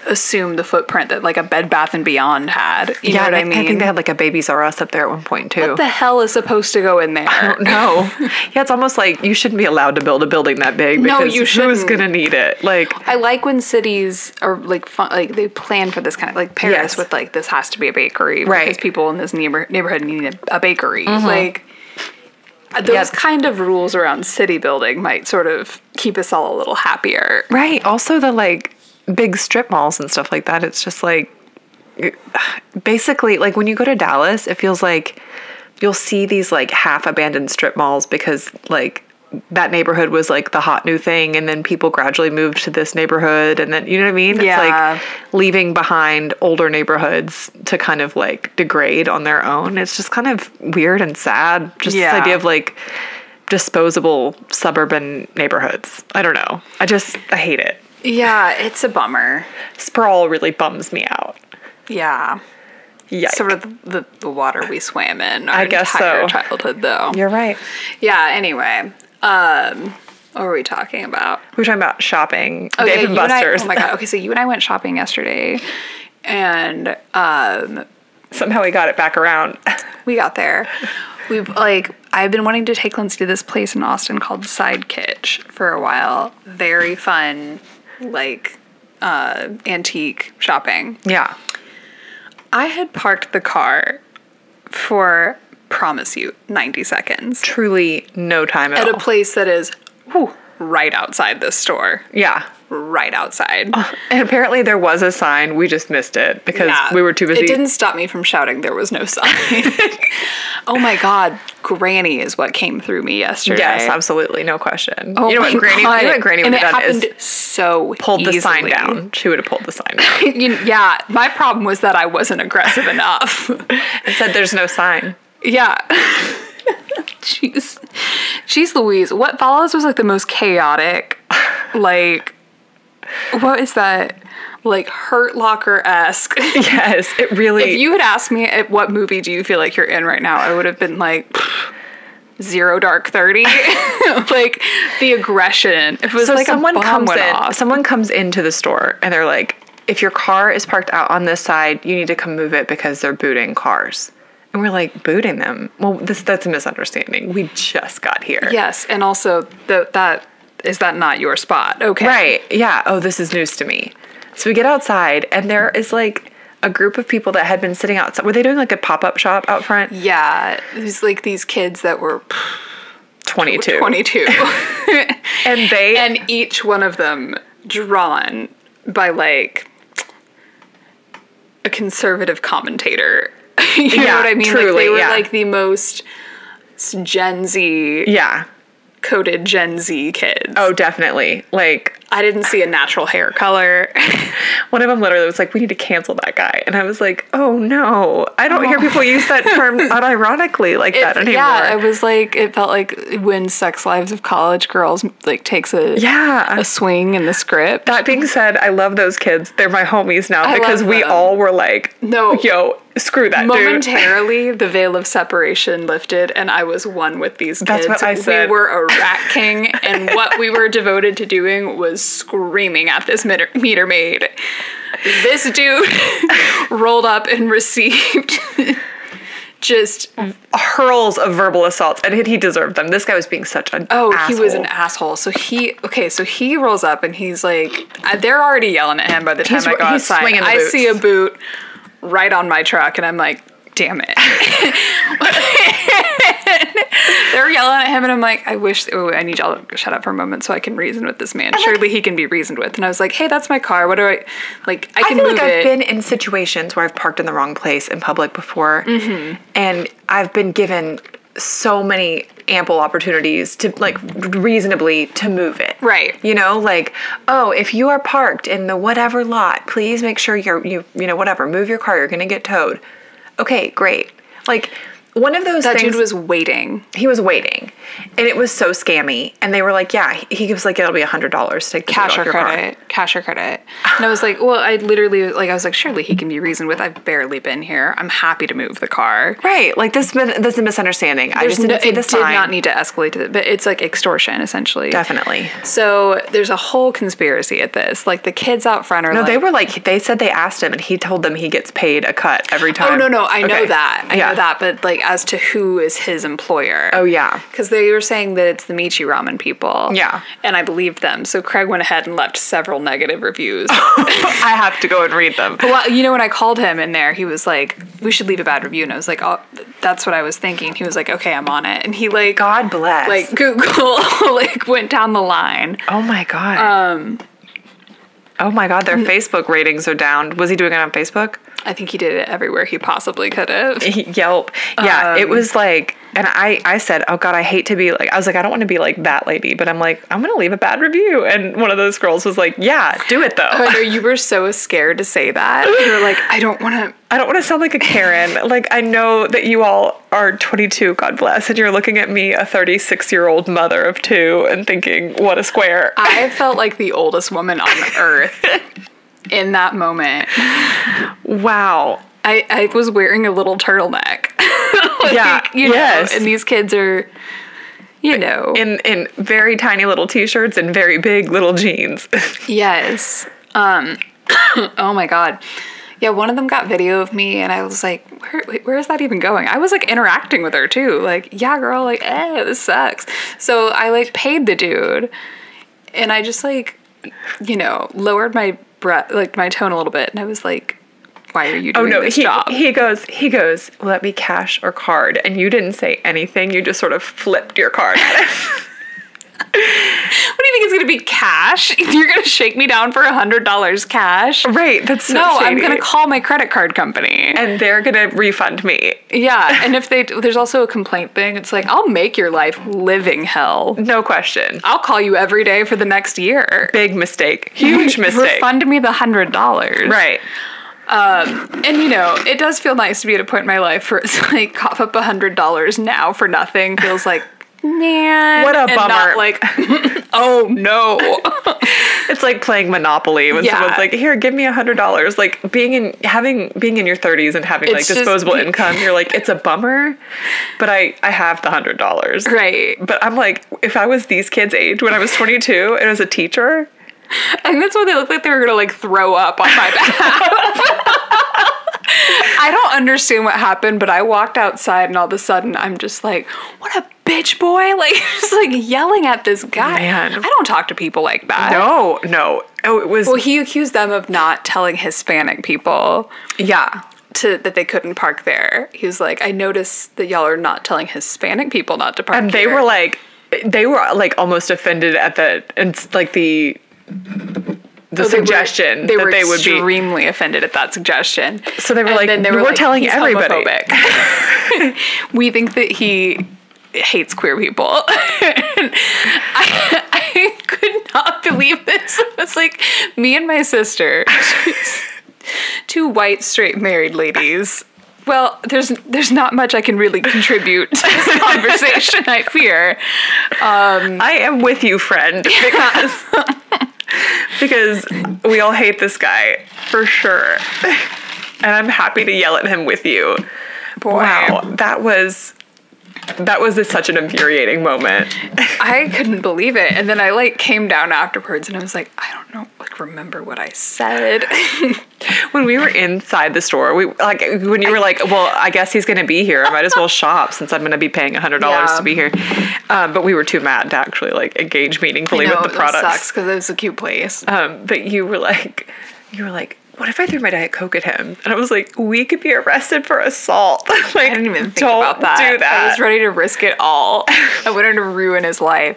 Speaker 2: assume the footprint that like a Bed Bath and Beyond had. You know what
Speaker 1: and
Speaker 2: I mean?
Speaker 1: I think they had like a Babies R Us up there at one point too.
Speaker 2: what the hell is supposed to go in there?
Speaker 1: I don't know. yeah, it's almost like you shouldn't be allowed to build a building that big
Speaker 2: No,
Speaker 1: because
Speaker 2: you
Speaker 1: who's
Speaker 2: shouldn't.
Speaker 1: going to need it? Like,
Speaker 2: I like when cities are like fun, like they plan for this kind of like Paris
Speaker 1: Yes.
Speaker 2: with like this has to be a bakery
Speaker 1: Right. Mm-hmm.
Speaker 2: because people in this neighbor, neighborhood need a, a bakery. Like uh, those
Speaker 1: Yeah.
Speaker 2: kind of rules around city building might sort of keep us all a little happier.
Speaker 1: right. Also, the like big strip malls and stuff like that, it's just like basically like when you go to Dallas, it feels like you'll see these like half abandoned strip malls because like that neighborhood was like the hot new thing and then people gradually moved to this neighborhood and then you know what I mean?
Speaker 2: Yeah.
Speaker 1: It's like leaving behind older neighborhoods to kind of like degrade on their own. It's just kind of weird and sad. Just
Speaker 2: Yeah.
Speaker 1: this idea of like disposable suburban neighborhoods. I don't know. I just I hate it.
Speaker 2: Yeah, it's a bummer.
Speaker 1: Sprawl really bums me out.
Speaker 2: Yeah.
Speaker 1: Yeah.
Speaker 2: Sort of the, the water we swam in. Our
Speaker 1: I guess
Speaker 2: entire
Speaker 1: so.
Speaker 2: Childhood though.
Speaker 1: You're right.
Speaker 2: Yeah. Anyway, um, what were we talking about?
Speaker 1: We were talking about shopping.
Speaker 2: Oh,
Speaker 1: Dave
Speaker 2: yeah,
Speaker 1: and
Speaker 2: you I-
Speaker 1: Buster's.
Speaker 2: oh my god. Okay, so you and I went shopping yesterday, and um,
Speaker 1: Somehow we got it back around.
Speaker 2: we got there. We have like I've been wanting to take Lindsay to this place in Austin called Side Kitch for a while. Very fun, like uh, antique shopping.
Speaker 1: Yeah.
Speaker 2: I had parked the car for promise you ninety seconds
Speaker 1: Truly no time at,
Speaker 2: at a
Speaker 1: all.
Speaker 2: place that is whew, right outside this store.
Speaker 1: yeah.
Speaker 2: Right outside.
Speaker 1: And apparently there was a sign. We just missed it because
Speaker 2: Yeah.
Speaker 1: we were too busy.
Speaker 2: It didn't stop me from shouting. There was no sign. oh my god, Granny is what came through me yesterday.
Speaker 1: Yes, absolutely. No question.
Speaker 2: Oh
Speaker 1: you know what
Speaker 2: my
Speaker 1: Granny
Speaker 2: God.
Speaker 1: you know what Granny
Speaker 2: and
Speaker 1: would
Speaker 2: it
Speaker 1: have done
Speaker 2: happened
Speaker 1: is
Speaker 2: so
Speaker 1: pulled the sign
Speaker 2: easily.
Speaker 1: down. She would have pulled the sign down
Speaker 2: You- yeah, my problem was that I wasn't aggressive enough.
Speaker 1: and said there's no sign.
Speaker 2: yeah. Jeez. Jeez Louise. What follows was like the most chaotic, like, what is that? Like Hurt Locker esque.
Speaker 1: Yes, it really
Speaker 2: eh, If you had asked me at what movie do you feel like you're in right now, I would have been like zero dark thirty. like the aggression. It was
Speaker 1: So
Speaker 2: like
Speaker 1: someone
Speaker 2: a bomb
Speaker 1: comes
Speaker 2: went
Speaker 1: in.
Speaker 2: off.
Speaker 1: Someone comes into the store and they're like, "If your car is parked out on this side, you need to come move it because they're booting cars." And we're like, "Booting them? Well, this that's a misunderstanding. We just got here."
Speaker 2: yes, and also the, that is that not your spot? Okay,
Speaker 1: Right. Yeah. Oh, this is news to me. So we get outside and there is like a group of people that had been sitting outside. Were they doing like a pop up shop out front?
Speaker 2: Yeah, it was like these kids that were
Speaker 1: 22.
Speaker 2: twenty-two,
Speaker 1: And they
Speaker 2: and each one of them drawn by like a conservative commentator. you know
Speaker 1: Yeah,
Speaker 2: what I mean? like
Speaker 1: truly,
Speaker 2: they were
Speaker 1: yeah.
Speaker 2: like the most Gen Z
Speaker 1: yeah.
Speaker 2: coded Gen Z kids.
Speaker 1: Oh, definitely. Like
Speaker 2: I didn't see a natural hair color.
Speaker 1: one of them literally was like, "We need to cancel that guy," and I was like, "Oh no, I don't hear people use that term unironically like that anymore."
Speaker 2: Yeah, Oh. it was like it felt like when Sex Lives of College Girls like takes a
Speaker 1: Yeah.
Speaker 2: a swing in the script.
Speaker 1: That being said, I love those kids. They're my homies now
Speaker 2: I
Speaker 1: because
Speaker 2: love
Speaker 1: we
Speaker 2: them.
Speaker 1: all were like,
Speaker 2: No.
Speaker 1: yo, screw that dude."
Speaker 2: Momentarily, the veil of separation lifted, and I was one with these kids.
Speaker 1: That's what I said.
Speaker 2: We were a rat king, and what we were devoted to doing was screaming at this meter, meter maid. This dude rolled up and received just
Speaker 1: hurls of verbal assaults, and he deserved them. This guy was being such an
Speaker 2: Oh, he was
Speaker 1: asshole.
Speaker 2: an asshole. So he okay. So he rolls up and he's like, I- they're already yelling at him by the time
Speaker 1: He's-
Speaker 2: I go
Speaker 1: he's
Speaker 2: outside.
Speaker 1: swinging the
Speaker 2: I
Speaker 1: boots.
Speaker 2: see a boot right on my truck, and I'm like, damn it. they're yelling at him, and I'm like, I wish. Oh, I need y'all to shut up for a moment so I can reason with this man. Surely he can be reasoned with. And I was like, hey, that's my car. What do I like? I
Speaker 1: I
Speaker 2: can
Speaker 1: feel
Speaker 2: move
Speaker 1: like I've
Speaker 2: it.
Speaker 1: been in situations where I've parked in the wrong place in public before,
Speaker 2: Mm-hmm.
Speaker 1: and I've been given so many ample opportunities to like reasonably to move it.
Speaker 2: Right.
Speaker 1: You know, like, oh, if you are parked in the whatever lot, please make sure you're you you know whatever move your car. You're gonna get towed. Okay, great. Like one of those
Speaker 2: that
Speaker 1: things
Speaker 2: dude was waiting.
Speaker 1: he was waiting and it was so scammy and they were like yeah he- he was like it'll be a hundred dollars to take the
Speaker 2: cash
Speaker 1: boot
Speaker 2: or
Speaker 1: off your car."
Speaker 2: credit, cash or credit. And I was like, well, I literally like I was like, surely he can be reasoned with. I've barely been here. I'm happy to move the car.
Speaker 1: right like this been this is a misunderstanding i just
Speaker 2: There's
Speaker 1: didn't
Speaker 2: no-
Speaker 1: see
Speaker 2: it
Speaker 1: the
Speaker 2: did
Speaker 1: sign
Speaker 2: not need to escalate to that, but it's like extortion essentially.
Speaker 1: definitely
Speaker 2: So there's a whole conspiracy at this. Like the kids out front are
Speaker 1: no
Speaker 2: like,
Speaker 1: they were like they said they asked him and he told them he gets paid a cut every time
Speaker 2: Oh no no, I know
Speaker 1: Okay.
Speaker 2: that. I
Speaker 1: Yeah.
Speaker 2: know that, but like as to who is his employer.
Speaker 1: oh yeah
Speaker 2: Because they were saying that it's the Michi ramen people.
Speaker 1: Yeah.
Speaker 2: And I believed them. So Craig went ahead and left several negative reviews.
Speaker 1: i have to go and read them
Speaker 2: Well, you know, when I called him in there, he was like, "We should leave a bad review," and I was like, "Oh, th- that's what I was thinking." He was like, "Okay, I'm on it," and he like,
Speaker 1: god bless
Speaker 2: like Google, like went down the line.
Speaker 1: oh my god um oh my god their facebook ratings are down was he doing it on facebook
Speaker 2: I think he did it everywhere he possibly could have.
Speaker 1: Yelp. Yeah,
Speaker 2: Um,
Speaker 1: it was like, and I, I said, oh God, I hate to be like, I was like, I don't want to be like that lady, but I'm like, I'm going to leave a bad review. And one of those girls was like, yeah, do it though.
Speaker 2: I know you were so scared to say that. You were like, "I don't want to."
Speaker 1: I don't want to sound like a Karen. like, I know that you all are 22, God bless, and you're looking at me, a 36 year old mother of two, and thinking, what a square.
Speaker 2: I felt like the oldest woman on earth in that moment.
Speaker 1: wow.
Speaker 2: I, I was wearing a little turtleneck. Like,
Speaker 1: Yeah,
Speaker 2: you know,
Speaker 1: yes.
Speaker 2: and these kids are, you know,
Speaker 1: In, in very tiny little t shirts and very big little jeans.
Speaker 2: Yes. Um, oh my God. Yeah, one of them got video of me, and I was like, where, wait, where is that even going? I was like interacting with her too. Like, yeah, girl, like, eh, this sucks. So I like paid the dude, and I just like, you know, lowered my breath, like my tone a little bit, and I was like, why are you doing this
Speaker 1: Oh, he,
Speaker 2: job?
Speaker 1: he goes, he goes, will that be cash or card? And you didn't say anything. You just sort of flipped your card.
Speaker 2: what do you think it's gonna be cash? You're gonna shake me down for a hundred dollars cash?
Speaker 1: right. That's so
Speaker 2: No, I'm
Speaker 1: shady.
Speaker 2: gonna call my credit card company.
Speaker 1: And they're gonna refund me.
Speaker 2: Yeah, and if they there's also a complaint thing, it's like I'll make your life living hell.
Speaker 1: No question.
Speaker 2: I'll call you every day for the next year.
Speaker 1: Big mistake. Huge mistake.
Speaker 2: Refund me the hundred dollars.
Speaker 1: Right.
Speaker 2: And you know, it does feel nice to be at a point in my life where it's like cough up a hundred dollars now for nothing. Feels like man.
Speaker 1: What a
Speaker 2: and not
Speaker 1: bummer.
Speaker 2: like, oh no.
Speaker 1: It's like playing Monopoly when
Speaker 2: Yeah.
Speaker 1: someone's like, "Here, give me a hundred dollars." Like being in having being in your thirties and having like
Speaker 2: It's just-
Speaker 1: disposable income, you're like, "It's a bummer," but I I have the hundred dollars.
Speaker 2: right.
Speaker 1: But I'm like, if I was these kids' age when I was 22 and was a teacher,
Speaker 2: And that's why they looked like they were gonna like throw up on my behalf. I don't understand what happened, but I walked outside and all of a sudden I'm just like, what a bitch boy. Like just like yelling at this guy.
Speaker 1: Man.
Speaker 2: I don't talk to people like that.
Speaker 1: no, no. Oh, it was
Speaker 2: Well, he accused them of not telling Hispanic people
Speaker 1: yeah.
Speaker 2: to that they couldn't park there. He was like, I noticed that y'all are not telling Hispanic people not to park.
Speaker 1: And they
Speaker 2: here."
Speaker 1: were like, they were like almost offended at the and s- like the the
Speaker 2: So Oh, they were-
Speaker 1: suggestion
Speaker 2: they
Speaker 1: that
Speaker 2: were
Speaker 1: they would be
Speaker 2: extremely offended at that suggestion.
Speaker 1: So they were
Speaker 2: And
Speaker 1: like,
Speaker 2: then
Speaker 1: "We're telling
Speaker 2: "He's
Speaker 1: everybody."
Speaker 2: homophobic." we think that he hates queer people. And I, I could not believe this. It was like me and my sister, two white straight married ladies. Well, there's there's not much I can really contribute to this conversation. I fear.
Speaker 1: I am with you, friend, because because we all hate this guy for sure, and I'm happy to yell at him with you.
Speaker 2: Boy.
Speaker 1: Wow, that was that was such an infuriating moment.
Speaker 2: I couldn't believe it. And then I like came down afterwards and I was like, I don't know, like remember what I said.
Speaker 1: When we were inside the store, we like when you were like, "Well, I guess he's going to be here. I might as well shop since I'm going to be paying hundred dollars
Speaker 2: Yeah.
Speaker 1: to be here." Um, but we were too mad to actually like engage meaningfully
Speaker 2: No,
Speaker 1: with the products.
Speaker 2: That sucks because it was a cute place.
Speaker 1: Um, but you were like, you were like, what if I threw my diet coke at him? And I was like, we could be arrested for assault. like,
Speaker 2: I didn't even think
Speaker 1: don't
Speaker 2: about that.
Speaker 1: Do that.
Speaker 2: I was ready to risk it all. I wanted to ruin his life.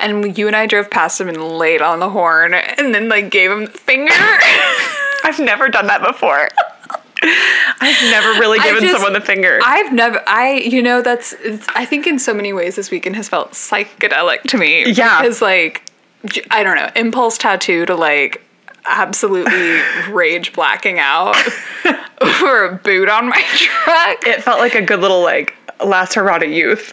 Speaker 2: And you and I drove past him and laid on the horn and then like gave him the finger.
Speaker 1: I've never done that before. I've never really
Speaker 2: I
Speaker 1: given
Speaker 2: just-
Speaker 1: someone the finger.
Speaker 2: I've never, I, you know, that's, it's, I think in so many ways this weekend has felt psychedelic to me.
Speaker 1: Yeah.
Speaker 2: Because, like, j- I don't know, impulse tattoo to, like, absolutely rage blacking out over a boot on my truck.
Speaker 1: it felt like a good little like last hurrah to youth.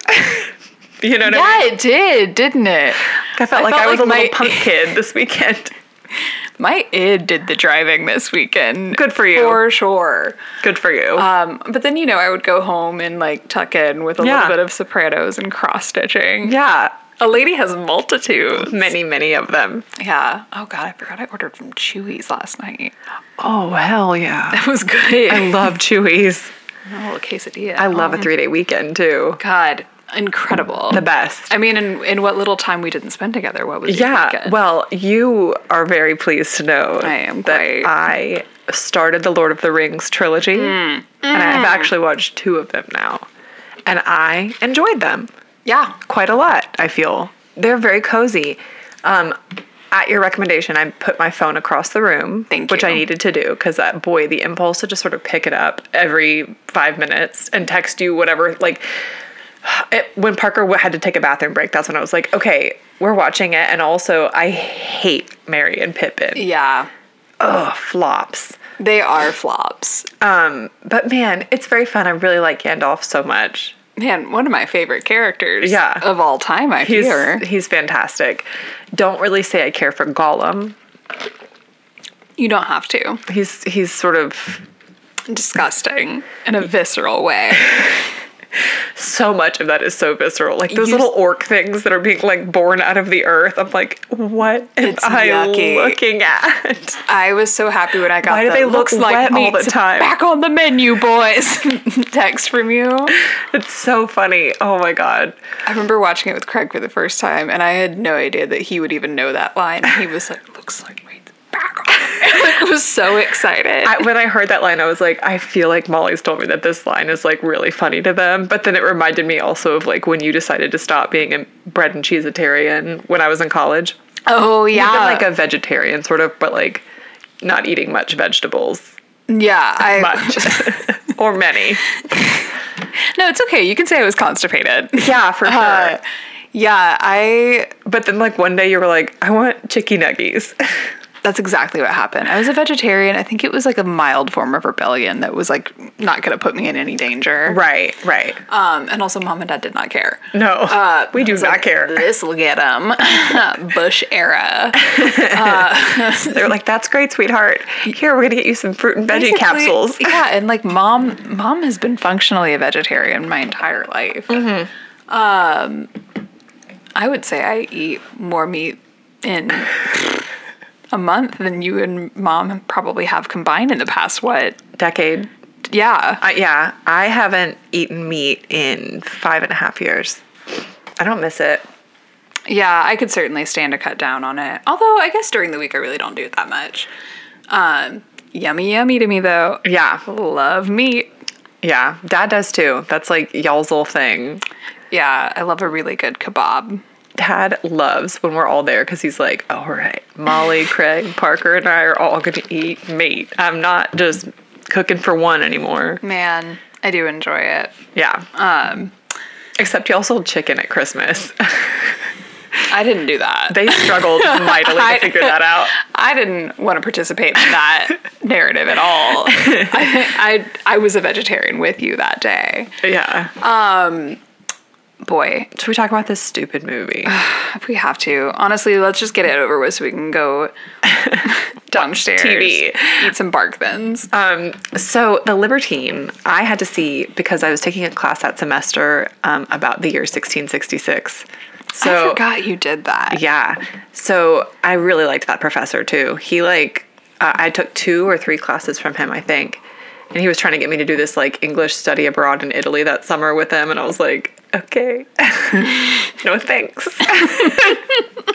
Speaker 1: you know what I mean?
Speaker 2: yeah, it did, didn't it?
Speaker 1: I felt
Speaker 2: I
Speaker 1: like
Speaker 2: felt
Speaker 1: I was
Speaker 2: like
Speaker 1: a little
Speaker 2: my-
Speaker 1: punk kid this weekend.
Speaker 2: My id did the driving this weekend.
Speaker 1: Good for you.
Speaker 2: For sure.
Speaker 1: Good for you.
Speaker 2: Um, but then, you know, I would go home and, like, tuck in with a
Speaker 1: Yeah.
Speaker 2: little bit of Sopranos and cross stitching.
Speaker 1: yeah.
Speaker 2: A lady has multitudes.
Speaker 1: Many, many of them.
Speaker 2: Yeah. Oh god, I forgot I ordered from Chewy's last night.
Speaker 1: Oh, hell yeah.
Speaker 2: That was good.
Speaker 1: I love Chewies.
Speaker 2: a little quesadilla.
Speaker 1: I love a three day weekend too.
Speaker 2: God, incredible.
Speaker 1: The best.
Speaker 2: I mean, in, in what little time we didn't spend together, what was your
Speaker 1: Yeah.
Speaker 2: weekend?
Speaker 1: Well, you are very pleased to know
Speaker 2: I am
Speaker 1: that
Speaker 2: quite.
Speaker 1: I started the Lord of the Rings trilogy,
Speaker 2: Mm.
Speaker 1: and I have actually watched two of them now, and I enjoyed them
Speaker 2: yeah.
Speaker 1: quite a lot. I feel they're very cozy. Um, at your recommendation, I put my phone across the room,
Speaker 2: Thank
Speaker 1: which I
Speaker 2: you.
Speaker 1: needed to do because that boy, the impulse to just sort of pick it up every five minutes and text you whatever. Like it, when Parker w- had to take a bathroom break, that's when I was like, okay, we're watching it, and also I hate Mary and Pippin.
Speaker 2: Yeah.
Speaker 1: Ugh, flops.
Speaker 2: They are flops.
Speaker 1: Um, but man, it's very fun. I really like Gandalf so much.
Speaker 2: Man, one of my favorite characters
Speaker 1: Yeah.
Speaker 2: of all time, I
Speaker 1: He's
Speaker 2: fear.
Speaker 1: he's fantastic. Don't really say I care for Gollum.
Speaker 2: You don't have to.
Speaker 1: He's he's sort of
Speaker 2: Disgusting in a visceral way.
Speaker 1: so much of that is so visceral. Like those
Speaker 2: You-
Speaker 1: little orc things that are being like born out of the earth. I'm like, what am
Speaker 2: It's
Speaker 1: I
Speaker 2: yucky.
Speaker 1: looking at?
Speaker 2: I was so happy when I got
Speaker 1: Why do
Speaker 2: the,
Speaker 1: they look
Speaker 2: looks
Speaker 1: wet
Speaker 2: like
Speaker 1: all the
Speaker 2: meat's
Speaker 1: time?"
Speaker 2: Back on the menu, boys. Text from you.
Speaker 1: It's so funny. Oh my god.
Speaker 2: I remember watching it with Craig for the first time, and I had no idea that he would even know that line. He was like, "Looks like my back on." it." like, was so excited.
Speaker 1: I, when I heard that line, I was like, I feel like Molly's told me that this line is like really funny to them. But then it reminded me also of like when you decided to stop being a bread and cheesetarian when I was in college.
Speaker 2: oh yeah,
Speaker 1: Even like a vegetarian sort of, but like not eating much vegetables,
Speaker 2: yeah. I
Speaker 1: much or many.
Speaker 2: no, it's okay. You can say I was constipated.
Speaker 1: Yeah, for sure.
Speaker 2: Uh, yeah, I
Speaker 1: But then, like one day, you were like, "I want chicky nuggies."
Speaker 2: That's exactly what happened. I was a vegetarian. I think it was like a mild form of rebellion that was like not going to put me in any danger.
Speaker 1: Right, right.
Speaker 2: Um, and also, mom and dad did not care.
Speaker 1: No,
Speaker 2: Uh,
Speaker 1: we do
Speaker 2: I was
Speaker 1: not
Speaker 2: like,
Speaker 1: care.
Speaker 2: This will get them. Bush era.
Speaker 1: They're like, that's great, sweetheart. Here, we're gonna get you some fruit and veggie
Speaker 2: Basically,
Speaker 1: capsules.
Speaker 2: Yeah, and like mom, mom has been functionally a vegetarian my entire life. Um, I would say I eat more meat in a month than you and mom probably have combined in the past. What?
Speaker 1: Decade.
Speaker 2: Yeah,
Speaker 1: Uh, yeah, I haven't eaten meat in five and a half years. I don't miss it.
Speaker 2: yeah, I could certainly stand to cut down on it. Although I guess during the week I really don't do it that much. Um, yummy, yummy to me though.
Speaker 1: Yeah,
Speaker 2: Love meat.
Speaker 1: yeah. Dad does too. That's like y'all's little thing.
Speaker 2: Yeah, I love a really good kebab.
Speaker 1: Dad loves when we're all there because he's like, all right, Molly, Craig, Parker, and I are all going to eat meat. I'm not just cooking for one anymore.
Speaker 2: Man, I do enjoy it.
Speaker 1: Yeah. Um, Except y'all sold chicken at Christmas.
Speaker 2: I didn't do that.
Speaker 1: they struggled mightily to
Speaker 2: I-
Speaker 1: figure that out.
Speaker 2: I didn't want to participate in that narrative at all. I, I I was a vegetarian with you that day.
Speaker 1: Yeah.
Speaker 2: Boy,
Speaker 1: Um, Should we talk about this stupid movie?
Speaker 2: if we have to, honestly, let's just get it over with so we can go downstairs,
Speaker 1: TV.
Speaker 2: eat some bark thins.
Speaker 1: um, So, The Libertine, I had to see because I was taking a class that semester um, about the year 1666. So,
Speaker 2: I forgot you did that.
Speaker 1: Yeah. So I really liked that professor too. He like uh, I took two or three classes from him, I think. And he was trying to get me to do this like English study abroad in Italy that summer with him and I was like, "Okay. no thanks."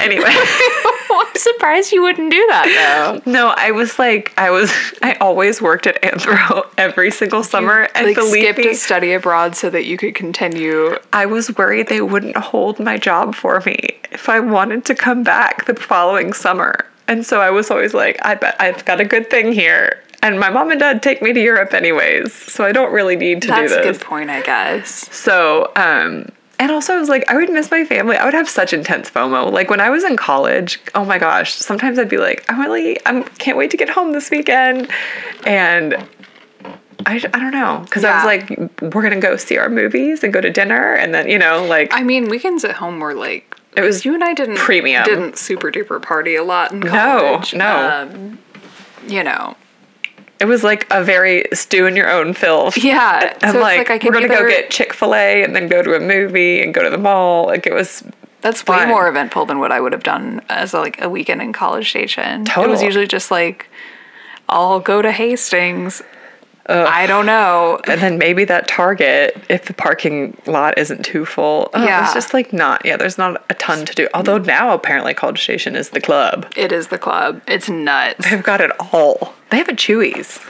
Speaker 1: anyway,
Speaker 2: I'm surprised you wouldn't do that though.
Speaker 1: no, I was like I was I always worked at Anthro every single summer and
Speaker 2: like
Speaker 1: believe
Speaker 2: skipped
Speaker 1: me,
Speaker 2: a study abroad so that you could continue.
Speaker 1: I was worried they wouldn't hold my job for me if I wanted to come back the following summer. And so I was always like, I bet I've got a good thing here. And my mom and dad take me to Europe anyways, so I don't really need to
Speaker 2: That's
Speaker 1: do
Speaker 2: a
Speaker 1: this.
Speaker 2: good point, I guess.
Speaker 1: So, um, and also I was like, I would miss my family. I would have such intense FOMO. Like when I was in college, oh my gosh, sometimes I'd be like, I really, I can't wait to get home this weekend. And I, I don't know. Cause I was
Speaker 2: Yeah.
Speaker 1: like, we're going to go see our movies and go to dinner. And then, you know, like,
Speaker 2: I mean, weekends at home were like it
Speaker 1: was
Speaker 2: you and I didn't
Speaker 1: premium.
Speaker 2: didn't super duper party a lot in
Speaker 1: No,
Speaker 2: college.
Speaker 1: no.
Speaker 2: Um, you know,
Speaker 1: It was like a very stew in your own filth.
Speaker 2: yeah.
Speaker 1: I'm
Speaker 2: so
Speaker 1: like,
Speaker 2: it's like I can
Speaker 1: we're gonna go
Speaker 2: either-
Speaker 1: get Chick Fil A and then go to a movie and go to the mall. Like it was
Speaker 2: That's way
Speaker 1: fun.
Speaker 2: more eventful than what I would have done as like a weekend in College Station. It was
Speaker 1: Total.
Speaker 2: usually just like, I'll go to Hastings. I don't know.
Speaker 1: and then maybe that Target if the parking lot isn't too full. Oh,
Speaker 2: Yeah.
Speaker 1: It's just like not yeah, there's not a ton to do. Although now apparently College Station is the club.
Speaker 2: It is the club. It's nuts.
Speaker 1: They've got it all. They have a Chewy's.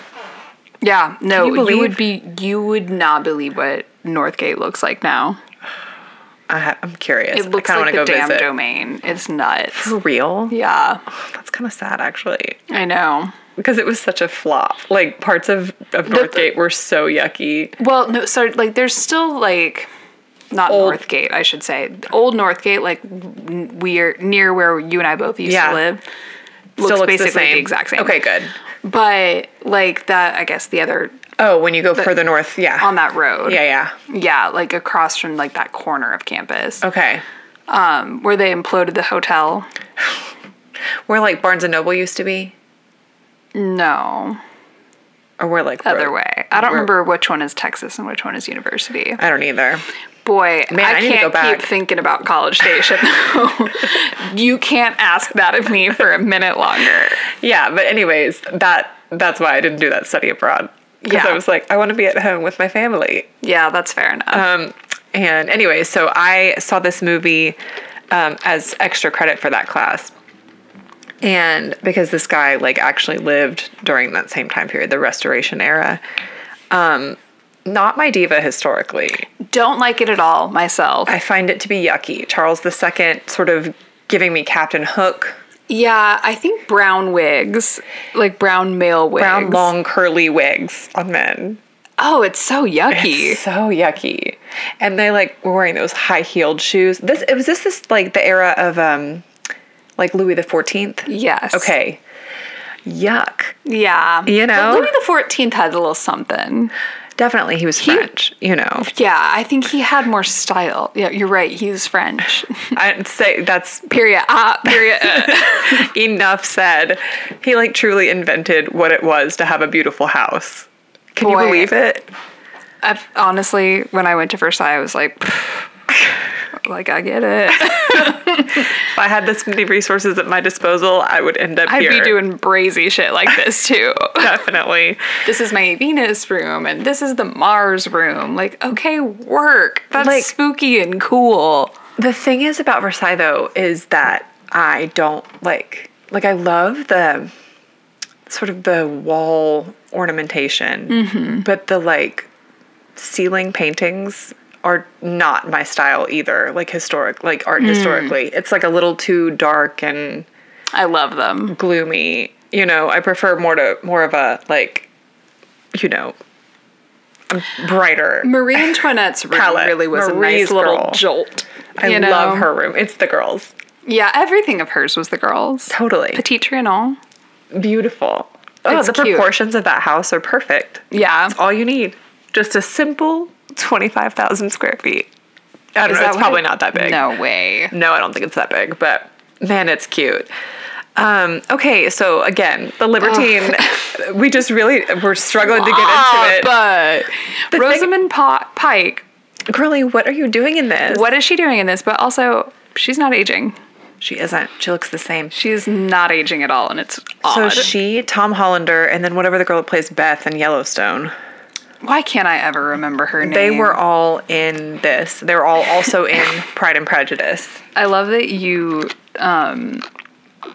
Speaker 2: Yeah. No,
Speaker 1: you
Speaker 2: you,
Speaker 1: believe-
Speaker 2: would be. You would not believe what Northgate looks like now.
Speaker 1: I ha- I'm curious.
Speaker 2: It looks
Speaker 1: I kind
Speaker 2: like the
Speaker 1: of want to go
Speaker 2: damn
Speaker 1: visit.
Speaker 2: domain. It's nuts.
Speaker 1: For real?
Speaker 2: Yeah.
Speaker 1: That's kind of sad actually.
Speaker 2: I know.
Speaker 1: Because it was such a flop. Like parts of, of Northgate were so yucky.
Speaker 2: Well, no, so like there's still like not
Speaker 1: Old-
Speaker 2: Northgate, I should say. Old Northgate, like n- we're near where you and I both used
Speaker 1: Yeah.
Speaker 2: to live.
Speaker 1: Still looks
Speaker 2: basically
Speaker 1: the, same.
Speaker 2: exact same.
Speaker 1: Okay, good.
Speaker 2: But like that I guess the other
Speaker 1: Oh, when you go further north, yeah.
Speaker 2: on that road.
Speaker 1: yeah, yeah.
Speaker 2: Yeah, like across from like that corner of campus.
Speaker 1: Okay.
Speaker 2: Um, where they imploded the hotel.
Speaker 1: Where like Barnes and Noble used to be?
Speaker 2: No.
Speaker 1: Or where like
Speaker 2: Other
Speaker 1: Ro-
Speaker 2: way. I don't remember which one is Texas and which one is university.
Speaker 1: I don't either.
Speaker 2: Boy, I,
Speaker 1: I need to
Speaker 2: can't
Speaker 1: go back.
Speaker 2: keep thinking about College Station. you can't ask that of me for a minute longer.
Speaker 1: Yeah, but anyways, that that's why I didn't do that study abroad. Because
Speaker 2: Yeah.
Speaker 1: I was like, I want to be at home with my family.
Speaker 2: Yeah, that's fair enough.
Speaker 1: Um, and anyway, so I saw this movie um, as extra credit for that class. And because this guy like actually lived during that same time period, the Restoration era. Um, not my diva historically.
Speaker 2: Don't like it at all myself.
Speaker 1: I find it to be yucky. Charles II sort of giving me Captain Hook,
Speaker 2: yeah, I think brown wigs, like brown male wigs.
Speaker 1: brown long curly wigs on men.
Speaker 2: Oh, it's so yucky.
Speaker 1: So yucky. And they like were wearing those high heeled shoes. This it was this this like the era of um like Louis the Fourteenth.
Speaker 2: Yes.
Speaker 1: Okay. Yuck.
Speaker 2: Yeah.
Speaker 1: You know?
Speaker 2: But Louis the Fourteenth had a little something.
Speaker 1: Definitely, he was French. You know,
Speaker 2: Yeah, I think he had more style. Yeah, you're right. He's French.
Speaker 1: I'd say that's
Speaker 2: period. Ah, period. uh.
Speaker 1: enough said. He like truly invented what it was to have a beautiful house. Can
Speaker 2: Boy.
Speaker 1: you believe it?
Speaker 2: I've, honestly, when I went to Versailles, I was like, like I get it.
Speaker 1: If I had this many resources at my disposal, I would end up
Speaker 2: I'd
Speaker 1: here.
Speaker 2: be doing brazy shit like this too.
Speaker 1: definitely.
Speaker 2: this is my Venus room, and this is the Mars room. Like, okay, work. That's
Speaker 1: Like-
Speaker 2: spooky and cool.
Speaker 1: The thing is about Versailles though is that I don't like like I love the sort of the wall ornamentation, but the like ceiling paintings are not my style either. Like historic, like art historically, it's like a little too dark and
Speaker 2: I love them.
Speaker 1: gloomy. You know, I prefer more to more of a like, you know, brighter.
Speaker 2: Marie Antoinette's room
Speaker 1: Palette.
Speaker 2: really was
Speaker 1: Marie's
Speaker 2: a nice little
Speaker 1: girl.
Speaker 2: jolt.
Speaker 1: I
Speaker 2: you know?
Speaker 1: love her room. It's the girls.
Speaker 2: Yeah, everything of hers was the girls.
Speaker 1: Totally.
Speaker 2: Petit Trianon.
Speaker 1: beautiful. Oh,
Speaker 2: It's
Speaker 1: the
Speaker 2: cute.
Speaker 1: proportions of that house are perfect.
Speaker 2: Yeah.
Speaker 1: All you need, just a simple twenty-five thousand square feet. I don't
Speaker 2: Is
Speaker 1: know.
Speaker 2: that
Speaker 1: It's
Speaker 2: what
Speaker 1: probably
Speaker 2: it-
Speaker 1: not that big.
Speaker 2: No way.
Speaker 1: no, I don't think it's that big. But man, it's cute. Um, okay, so again, the libertine. we just really we're struggling to get into it.
Speaker 2: Ah, but
Speaker 1: thing-
Speaker 2: Rosamund Pa- Pike,
Speaker 1: Curly, what are you doing in this?
Speaker 2: what is she doing in this? But also, she's not aging.
Speaker 1: She isn't. She looks the same.
Speaker 2: She's not aging at all, and it's
Speaker 1: So
Speaker 2: odd.
Speaker 1: she, Tom Hollander, and then whatever the girl that plays Beth in Yellowstone.
Speaker 2: Why can't I ever remember her name?
Speaker 1: They were all in this. They were all also in Pride and Prejudice.
Speaker 2: I love that you. Um,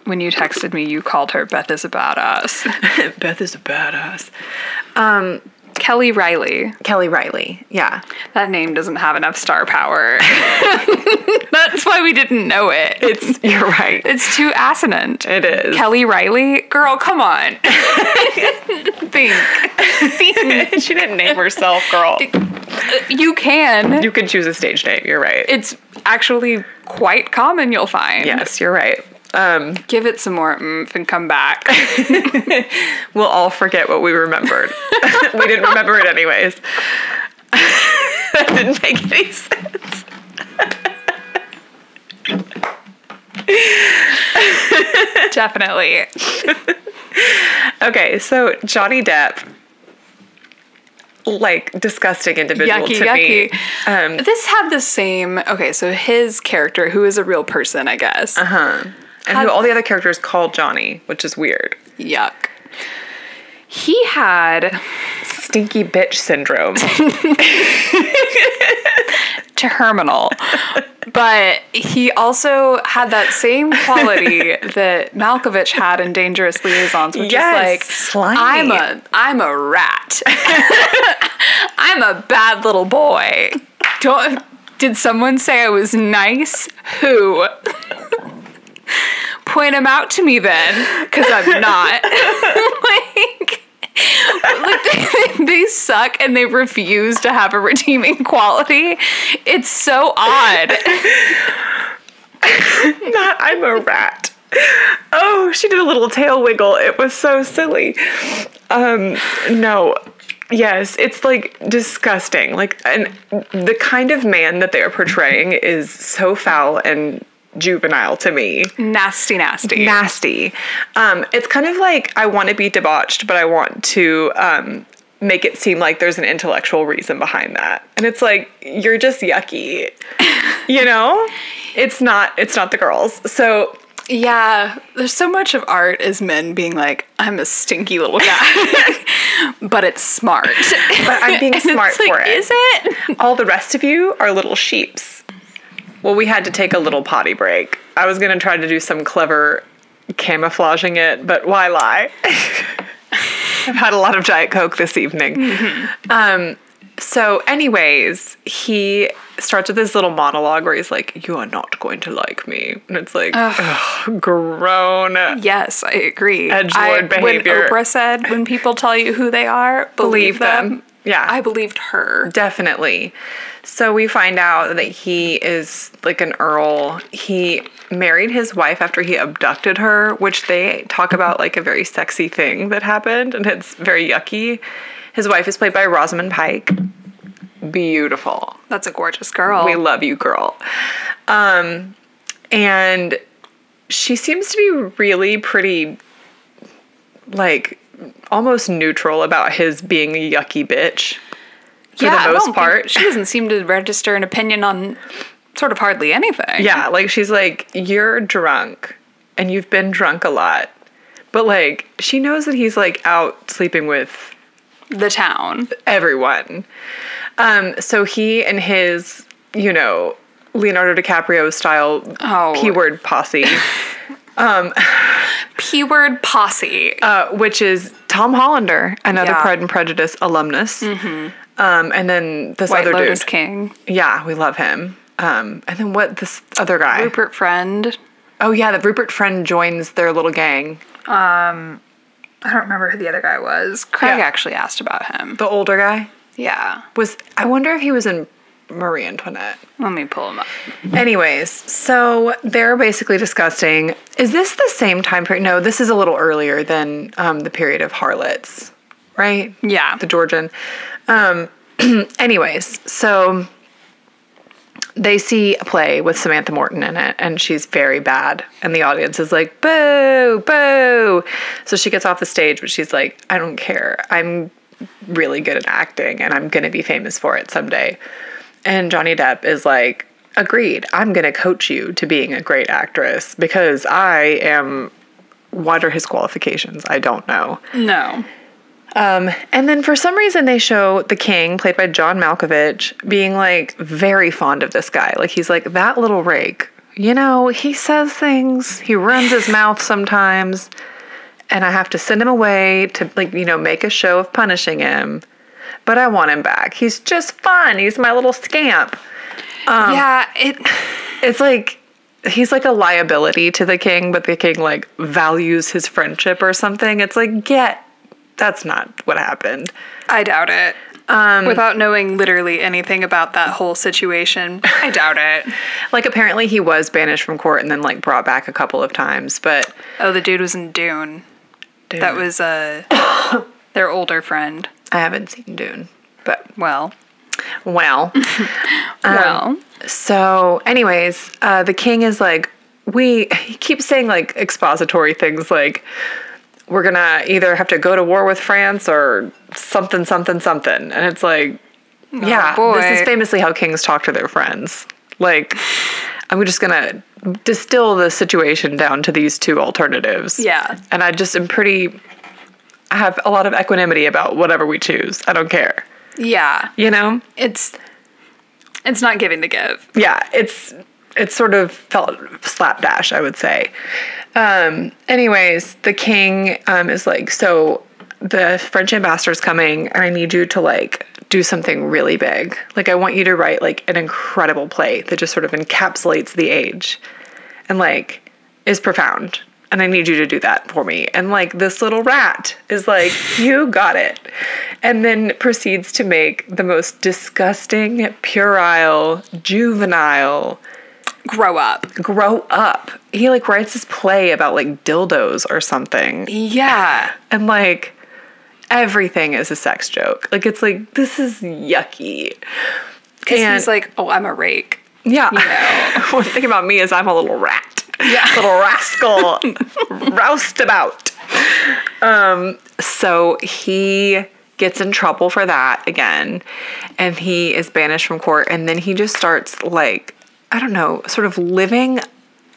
Speaker 2: when you texted me, you called her Beth is about us.
Speaker 1: Beth is a badass.
Speaker 2: Kelly Riley.
Speaker 1: Kelly Riley. Yeah.
Speaker 2: That name doesn't have enough star power. That's why we didn't know it.
Speaker 1: It's you're right.
Speaker 2: It's too assonant.
Speaker 1: It is.
Speaker 2: Kelly Riley, girl, come on. Think. Think.
Speaker 1: she didn't name herself, girl.
Speaker 2: You can.
Speaker 1: You can choose a stage name. You're right.
Speaker 2: It's actually quite common, you'll find.
Speaker 1: yes, you're right. Um,
Speaker 2: Give it some more oomph and come back.
Speaker 1: we'll all forget what we remembered. we didn't remember it anyways. that didn't make any sense.
Speaker 2: Definitely.
Speaker 1: Okay, so Johnny Depp, like disgusting individual
Speaker 2: Yucky,
Speaker 1: to
Speaker 2: yucky.
Speaker 1: me. Um,
Speaker 2: This had the same. Okay, so his character, who is a real person, I guess.
Speaker 1: and who all the other characters call Johnny, which is weird.
Speaker 2: Yuck. He had,
Speaker 1: Stinky bitch syndrome.
Speaker 2: terminal. but he also had that same quality that Malkovich had in Dangerous Liaisons, which
Speaker 1: Yes,
Speaker 2: is like
Speaker 1: slimy.
Speaker 2: I'm a I'm a rat. I'm a bad little boy. Don't did someone say I was nice? Who? Point him out to me then, because I'm not. like, like they, they suck and they refuse to have a redeeming quality. It's so odd.
Speaker 1: Not I'm a rat. Oh, she did a little tail wiggle. It was so silly. Um, no. Yes, it's like disgusting. Like and the kind of man that they are portraying is so foul and juvenile to me.
Speaker 2: Nasty, nasty.
Speaker 1: nasty. Um, it's kind of like I want to be debauched, but I want to um, make it seem like there's an intellectual reason behind that. And it's like you're just yucky, you know. It's not. It's not the girls. So
Speaker 2: Yeah, there's so much of art as men being like, I'm a stinky little guy, but it's smart.
Speaker 1: but I'm being smart
Speaker 2: It's like,
Speaker 1: for it.
Speaker 2: Is it?
Speaker 1: All the rest of you are little sheeps. Well, we had to take a little potty break. I was gonna try to do some clever camouflaging it, but why lie? I've had a lot of Diet Coke this evening. Um, so, anyways, he starts with this little monologue where he's like, You are not going to like me. And it's like, ugh, grown.
Speaker 2: Yes, I agree.
Speaker 1: Edgelord
Speaker 2: I- When
Speaker 1: behavior.
Speaker 2: Oprah said, when people tell you who they are,
Speaker 1: Believe
Speaker 2: believe, them.
Speaker 1: them. Yeah.
Speaker 2: I believed her.
Speaker 1: Definitely. So we find out that he is like an earl. He married his wife after he abducted her, which they talk about like a very sexy thing that happened, and it's very yucky. His wife is played by Rosamund Pike. Beautiful.
Speaker 2: That's a gorgeous girl.
Speaker 1: We love you, girl. Um, and she seems to be really pretty, like almost neutral about his being a yucky bitch for
Speaker 2: I
Speaker 1: the
Speaker 2: don't
Speaker 1: most
Speaker 2: think-
Speaker 1: part.
Speaker 2: she doesn't seem to register an opinion on sort of hardly anything.
Speaker 1: Yeah, like she's like, you're drunk and you've been drunk a lot. But like, she knows that he's like out sleeping with
Speaker 2: The town.
Speaker 1: everyone. Um, so he and his, you know, Leonardo DiCaprio style
Speaker 2: Oh.
Speaker 1: P word posse,
Speaker 2: P word posse.
Speaker 1: uh, which is Tom Hollander, another
Speaker 2: Yeah. Mm-hmm.
Speaker 1: Pride and Prejudice alumnus. Um, and then this
Speaker 2: White
Speaker 1: other
Speaker 2: Lotus
Speaker 1: dude.
Speaker 2: King.
Speaker 1: Yeah, we love him. Um, and then what this other guy?
Speaker 2: Rupert Friend.
Speaker 1: Oh, yeah, the Rupert friend joins their little gang.
Speaker 2: I don't remember who the other guy was. Craig
Speaker 1: Yeah.
Speaker 2: actually asked about him.
Speaker 1: The older guy?
Speaker 2: Yeah.
Speaker 1: was I wonder if he was in Marie Antoinette.
Speaker 2: Let me pull him up.
Speaker 1: Anyways, so they're basically discussing is this the same time period? No, this is a little earlier than um, the period of harlots, right?
Speaker 2: Yeah.
Speaker 1: The Georgian. Um, anyways, so they see a play with Samantha Morton in it, and she's very bad. And the audience is like, boo, boo. So she gets off the stage, but she's like, I don't care. I'm really good at acting, and I'm going to be famous for it someday. And Johnny Depp is like, agreed. I'm going to coach you to being a great actress because I am. What are his qualifications? I don't know.
Speaker 2: No.
Speaker 1: And then for some reason, they show the king, played by John Malkovich, being like very fond of this guy. Like he's like, that little rake, you know, he says things, he runs his mouth sometimes, and I have to send him away to, like, you know, make a show of punishing him. But I want him back. He's just fun. He's my little scamp.
Speaker 2: yeah. It.
Speaker 1: It's like, he's like a liability to the king, but the king, like, values his friendship or something. It's like, get. That's not what happened.
Speaker 2: I doubt it. Without knowing literally anything about that whole situation, I doubt it.
Speaker 1: Like apparently he was banished from court and then like brought back a couple of times, but
Speaker 2: Oh, the dude was in Dune.
Speaker 1: Dune,
Speaker 2: That was uh, their older friend.
Speaker 1: I haven't seen Dune. But
Speaker 2: Well,
Speaker 1: well,
Speaker 2: well,
Speaker 1: so anyways, uh, the king is like we he keeps saying like expository things like we're gonna either have to go to war with France or something something something, and it's like yeah, this
Speaker 2: Oh, boy.
Speaker 1: is famously how kings talk to their friends. Like I'm just gonna distill the situation down to these two alternatives.
Speaker 2: Yeah.
Speaker 1: and I just am pretty. I have a lot of equanimity about whatever we choose. I don't care.
Speaker 2: yeah.
Speaker 1: You know?
Speaker 2: It's it's not giving the give.
Speaker 1: yeah, it's it's sort of felt slapdash, I would say. Um, anyways, the king um, is like, so the French ambassador's coming, and I need you to like do something really big. Like, I want you to write like an incredible play that just sort of encapsulates the age, and like is profound. And I need you to do that for me. And like this little rat is like, you got it. And then proceeds to make the most disgusting, puerile, juvenile
Speaker 2: Grow up.
Speaker 1: grow up. He like writes this play about like dildos or something.
Speaker 2: Yeah.
Speaker 1: And like everything is a sex joke. Like it's like, this is yucky.
Speaker 2: Because
Speaker 1: And-
Speaker 2: he's like, oh, I'm a rake.
Speaker 1: Yeah.
Speaker 2: know.
Speaker 1: One thing about me is I'm a little rat.
Speaker 2: Yeah.
Speaker 1: little rascal. roustabout. Um, so he gets in trouble for that again. And he is banished from court. And then he just starts, like, I don't know, sort of living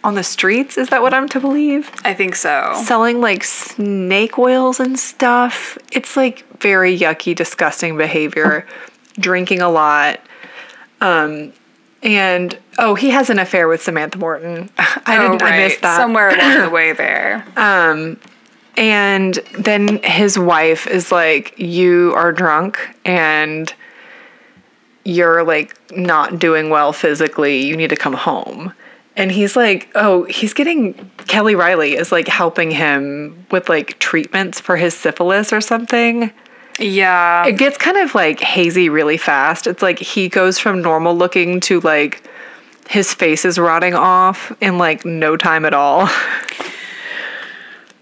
Speaker 1: on the streets. Is that what I'm to believe?
Speaker 2: I think so.
Speaker 1: Selling like snake oils and stuff. It's like very yucky, disgusting behavior. Drinking a lot. Um, and oh, he has an affair with Samantha Morton. I
Speaker 2: Oh,
Speaker 1: didn't. I missed
Speaker 2: right.
Speaker 1: that.
Speaker 2: Somewhere along the way there.
Speaker 1: And then his wife is like, You are drunk and you're like not doing well physically. You need to come home. And he's like, Oh, he's getting Kelly Riley is like helping him with like treatments for his syphilis or something.
Speaker 2: Yeah.
Speaker 1: It gets kind of like hazy really fast. It's like he goes from normal looking to like his face is rotting off in like no time at all.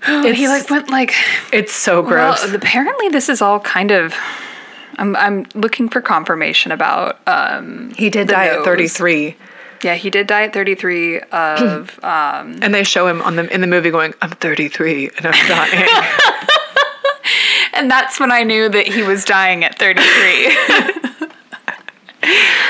Speaker 2: he
Speaker 1: it's-
Speaker 2: like went like
Speaker 1: It's so gross.
Speaker 2: Well, apparently this is all kind of I'm I'm looking for confirmation about um
Speaker 1: he did
Speaker 2: the
Speaker 1: die at
Speaker 2: nose.
Speaker 1: 33.
Speaker 2: yeah, he did die at 33 of um
Speaker 1: And they show him on the in the movie going, "I'm 33 and I'm dying."
Speaker 2: and that's when I knew that he was dying at 33.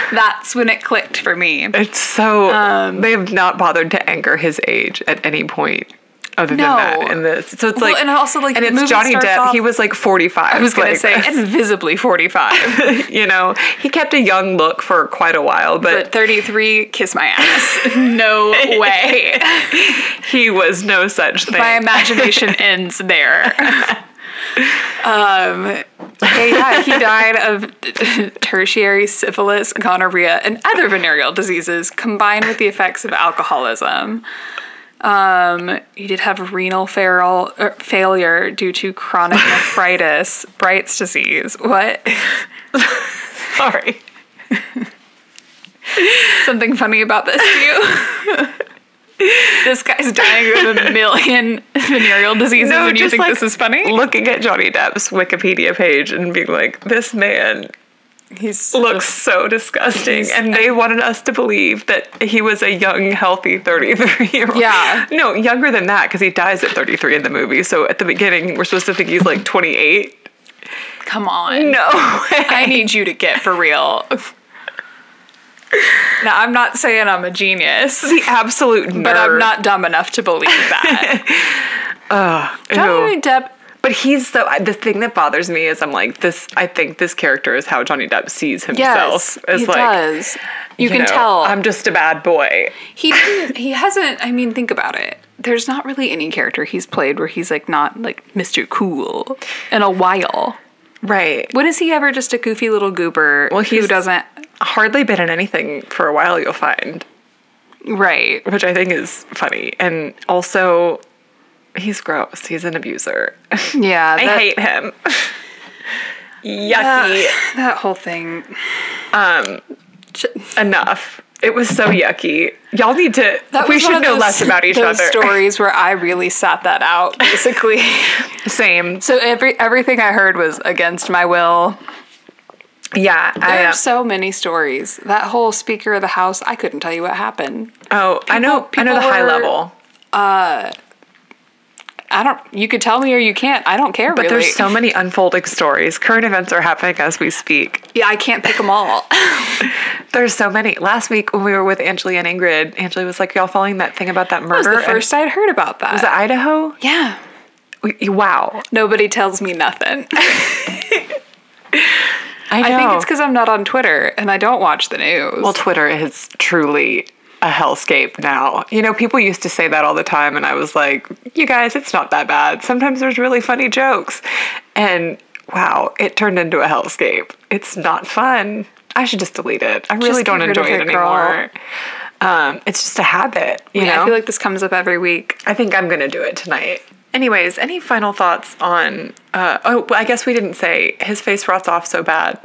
Speaker 2: that's when it clicked for me.
Speaker 1: it's so
Speaker 2: Um,
Speaker 1: they have not bothered to anchor his age at any point other
Speaker 2: No.
Speaker 1: than that in this. So it's
Speaker 2: Well,
Speaker 1: like
Speaker 2: and also, like,
Speaker 1: and
Speaker 2: the
Speaker 1: it's
Speaker 2: movie
Speaker 1: Johnny
Speaker 2: starts
Speaker 1: Depp.
Speaker 2: off-
Speaker 1: he was like 45.
Speaker 2: I was going
Speaker 1: like,
Speaker 2: to say invisibly 45,
Speaker 1: you know, he kept a young look for quite a while,
Speaker 2: but
Speaker 1: but,
Speaker 2: 33 kiss my ass. No way.
Speaker 1: he was no such thing.
Speaker 2: my imagination ends there. um, okay, yeah, he died of tertiary syphilis, gonorrhea, and other venereal diseases combined with the effects of alcoholism. Um, he did have renal feral, er, failure due to chronic nephritis, Bright's disease. What?
Speaker 1: Sorry.
Speaker 2: Something funny about this to you? this guy's dying of a million venereal diseases,
Speaker 1: No,
Speaker 2: and you
Speaker 1: just
Speaker 2: think
Speaker 1: like-
Speaker 2: this is funny?
Speaker 1: Looking at Johnny Depp's Wikipedia page and being like, this man
Speaker 2: He's
Speaker 1: looks so disgusting.
Speaker 2: He's-
Speaker 1: And they wanted us to believe that he was a young, healthy 33 year old.
Speaker 2: Yeah.
Speaker 1: No, younger than that, because he dies at 33 in the movie. So at the beginning, we're supposed to think he's like 28.
Speaker 2: Come on.
Speaker 1: No way.
Speaker 2: I need you to get for real. Now, I'm not saying I'm a genius,
Speaker 1: The absolute nerd.
Speaker 2: but I'm not dumb enough to believe that. Johnny
Speaker 1: Ew.
Speaker 2: Depp,
Speaker 1: But he's the the thing that bothers me is I'm like this. I think this character is how Johnny Depp sees himself.
Speaker 2: yes,
Speaker 1: It's
Speaker 2: he
Speaker 1: like,
Speaker 2: does. You, can
Speaker 1: know,
Speaker 2: tell.
Speaker 1: I'm just a bad boy.
Speaker 2: he didn't, he hasn't, I mean, think about it. There's not really any character he's played where he's like not like Mr. Cool in a while.
Speaker 1: Right.
Speaker 2: When is he ever just a goofy little goober
Speaker 1: Well,
Speaker 2: who
Speaker 1: he's-
Speaker 2: doesn't
Speaker 1: Hardly been in anything for a while. You'll find,
Speaker 2: right?
Speaker 1: which I think is funny, and also he's gross. He's an abuser.
Speaker 2: Yeah,
Speaker 1: I
Speaker 2: that-
Speaker 1: hate him.
Speaker 2: that,
Speaker 1: Yucky.
Speaker 2: that whole thing.
Speaker 1: Um,
Speaker 2: J-
Speaker 1: enough. It was so yucky. Y'all need to. we
Speaker 2: was one
Speaker 1: should
Speaker 2: of
Speaker 1: know
Speaker 2: those-
Speaker 1: less about each
Speaker 2: those
Speaker 1: other.
Speaker 2: Stories where I really sat that out, basically.
Speaker 1: Same.
Speaker 2: so every everything I heard was against my will.
Speaker 1: Yeah. I,
Speaker 2: There
Speaker 1: uh,
Speaker 2: are so many stories. That whole Speaker of the House, I couldn't tell you what happened.
Speaker 1: oh, I know. I know the
Speaker 2: people
Speaker 1: high
Speaker 2: were-
Speaker 1: level.
Speaker 2: I don't. You could tell me or you can't. I don't care.
Speaker 1: But
Speaker 2: really.
Speaker 1: there's so many unfolding stories. Current events are happening as we speak.
Speaker 2: yeah, I can't pick them all.
Speaker 1: There's so many. Last week when we were with Angela and Ingrid, Angela was like, "Y'all following that thing about that
Speaker 2: that was
Speaker 1: murder?"
Speaker 2: the
Speaker 1: in-
Speaker 2: first I'd heard about that.
Speaker 1: was it Idaho?
Speaker 2: yeah.
Speaker 1: We- Wow.
Speaker 2: Nobody tells me nothing.
Speaker 1: I, know.
Speaker 2: I think it's because I'm not on Twitter and I don't watch the news.
Speaker 1: well, Twitter is truly a hellscape now. You know, people used to say that all the time, and I was like, "You guys, it's not that bad. Sometimes there's really funny jokes." And wow, it turned into a hellscape. It's not fun. I should just delete it. I really
Speaker 2: Just
Speaker 1: don't
Speaker 2: get rid
Speaker 1: enjoy
Speaker 2: of
Speaker 1: it
Speaker 2: it, girl.
Speaker 1: anymore. Um, it's just a habit, you
Speaker 2: yeah,
Speaker 1: know.
Speaker 2: I feel like this comes up every week.
Speaker 1: I think I'm gonna do it tonight. Anyways, any final thoughts on? Uh, oh, well, I guess we didn't say his face rots off so bad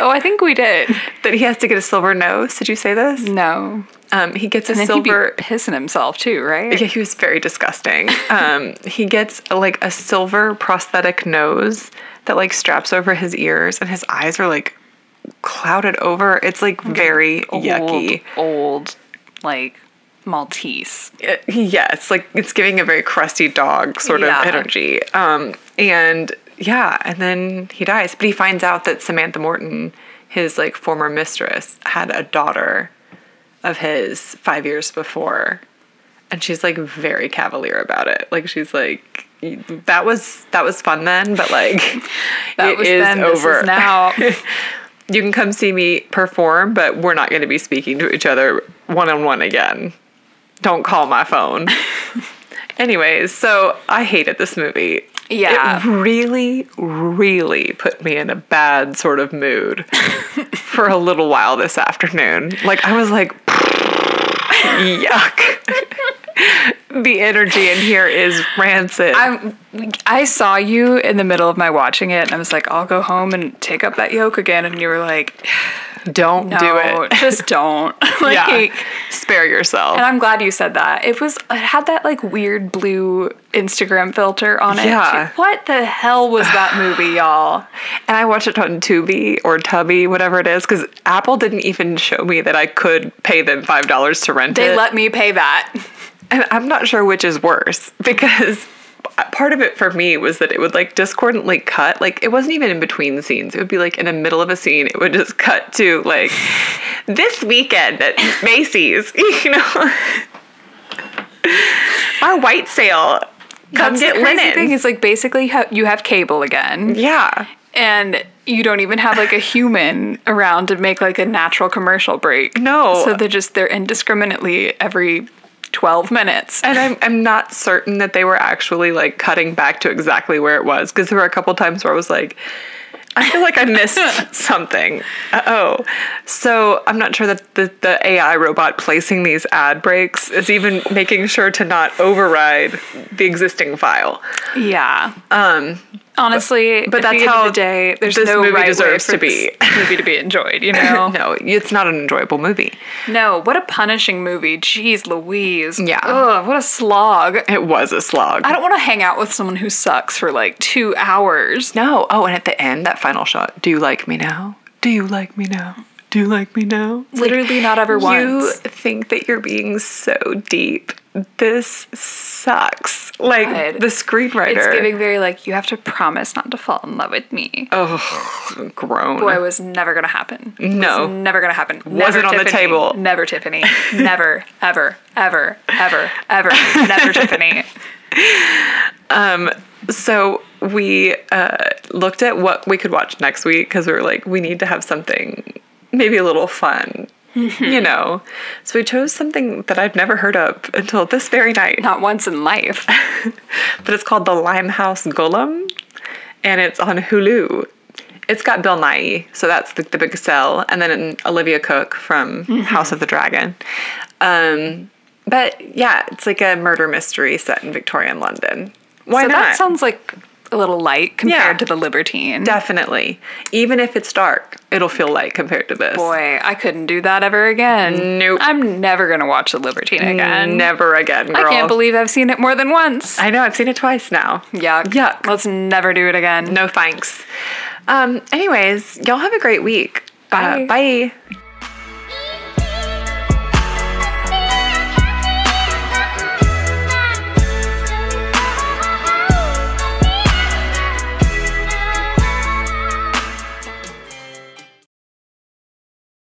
Speaker 2: Oh, I think we did.
Speaker 1: that he has to get a silver nose. Did you say this?
Speaker 2: No.
Speaker 1: Um, he gets a
Speaker 2: And then
Speaker 1: silver.
Speaker 2: he'd be pissing himself too, right?
Speaker 1: Yeah, he was very disgusting. Um, he gets like a silver prosthetic nose that like straps over his ears, and his eyes are like clouded over. It's like very yucky.
Speaker 2: Old, old, like Maltese.
Speaker 1: Uh, yes, like it's giving a very crusty dog sort
Speaker 2: Yeah.
Speaker 1: of energy. Um, and yeah, and then he dies. But he finds out that Samantha Morton, his like former mistress, had a daughter of his five years before, and she's like very cavalier about it. Like she's like, that was that was fun then, but like
Speaker 2: That
Speaker 1: it
Speaker 2: was
Speaker 1: is
Speaker 2: then.
Speaker 1: over
Speaker 2: This is now.
Speaker 1: you can come see me perform, but we're not going to be speaking to each other one on one again. Don't call my phone. Anyways, so I hated this movie.
Speaker 2: Yeah.
Speaker 1: It really, really put me in a bad sort of mood for a little while this afternoon. Like, I was like, yuck. the energy in here is rancid.
Speaker 2: I I saw you in the middle of my watching it, and I was like, I'll go home and take up that yoke again. And you were like,
Speaker 1: Don't
Speaker 2: No,
Speaker 1: do it.
Speaker 2: just don't. like,
Speaker 1: yeah. Spare yourself.
Speaker 2: and I'm glad you said that. It was it had that like weird blue Instagram filter on it.
Speaker 1: Yeah.
Speaker 2: What the hell was that movie, y'all?
Speaker 1: And I watched it on Tubi or Tubby, whatever it is, because Apple didn't even show me that I could pay them five dollars to rent
Speaker 2: They
Speaker 1: it.
Speaker 2: let me pay that.
Speaker 1: and I'm not sure which is worse because part of it for me was that it would like discordantly cut. Like it wasn't even in between scenes. It would be like in the middle of a scene. It would just cut to like this weekend at Macy's. You know, our white sale. Come
Speaker 2: That's
Speaker 1: get
Speaker 2: the crazy
Speaker 1: linens.
Speaker 2: thing is like basically how you have cable again.
Speaker 1: yeah.
Speaker 2: and you don't even have like a human around to make like a natural commercial break.
Speaker 1: No.
Speaker 2: So they're just they're indiscriminately every 12 minutes.
Speaker 1: And I'm, I'm not certain that they were actually like cutting back to exactly where it was because there were a couple times where I was like, I feel like I missed something. Uh oh. So I'm not sure that the, the AI robot placing these ad breaks is even making sure to not override the existing file.
Speaker 2: Yeah.
Speaker 1: Um,
Speaker 2: Honestly, but,
Speaker 1: that's
Speaker 2: at the end
Speaker 1: how
Speaker 2: of the day there's
Speaker 1: this
Speaker 2: no
Speaker 1: movie
Speaker 2: right
Speaker 1: deserves
Speaker 2: way
Speaker 1: to
Speaker 2: for this movie to be enjoyed, you know.
Speaker 1: no, it's not an enjoyable movie.
Speaker 2: No, what a punishing movie. Jeez Louise.
Speaker 1: Yeah.
Speaker 2: Ugh, what a slog.
Speaker 1: It was a slog.
Speaker 2: I don't want to hang out with someone who sucks for like 2 hours.
Speaker 1: No. Oh, and at the end, that final shot. Do you like me now? Do you like me now? Do you like me now?
Speaker 2: Literally not ever once.
Speaker 1: You think that you're being so deep. This sucks. Like
Speaker 2: God.
Speaker 1: the screenwriter.
Speaker 2: it's giving very like you have to promise not to fall in love with me.
Speaker 1: Ugh, grown.
Speaker 2: boy was never gonna happen.
Speaker 1: No.
Speaker 2: was never gonna happen.
Speaker 1: Wasn't
Speaker 2: never
Speaker 1: on the
Speaker 2: Tiffany.
Speaker 1: table.
Speaker 2: Never Tiffany. Never ever ever ever ever never Tiffany.
Speaker 1: So we uh, looked at what we could watch next week because we were like, we need to have something maybe a little fun. You know, so we chose something that I've never heard of until this very night.
Speaker 2: Not once in life.
Speaker 1: but it's called The Limehouse Golem, and it's on Hulu. It's got Bill Nye, so that's the, the big sell, and then Olivia Cook from
Speaker 2: Mm-hmm.
Speaker 1: House of the Dragon. Um, but yeah, it's like a murder mystery set in Victorian London. Why
Speaker 2: so
Speaker 1: not?
Speaker 2: that sounds like a little light compared
Speaker 1: Yeah.
Speaker 2: to the Libertine.
Speaker 1: Definitely. Even if it's dark, it'll feel light compared to this.
Speaker 2: Boy, I couldn't do that ever again.
Speaker 1: Nope.
Speaker 2: I'm never gonna watch the Libertine again.
Speaker 1: Never again, girl.
Speaker 2: I can't believe I've seen it more than once.
Speaker 1: I know. I've seen it twice now.
Speaker 2: Yuck.
Speaker 1: Yuck.
Speaker 2: Let's never do it again.
Speaker 1: No thanks. Um, anyways, y'all have a great week. Uh,
Speaker 2: Bye.
Speaker 1: bye.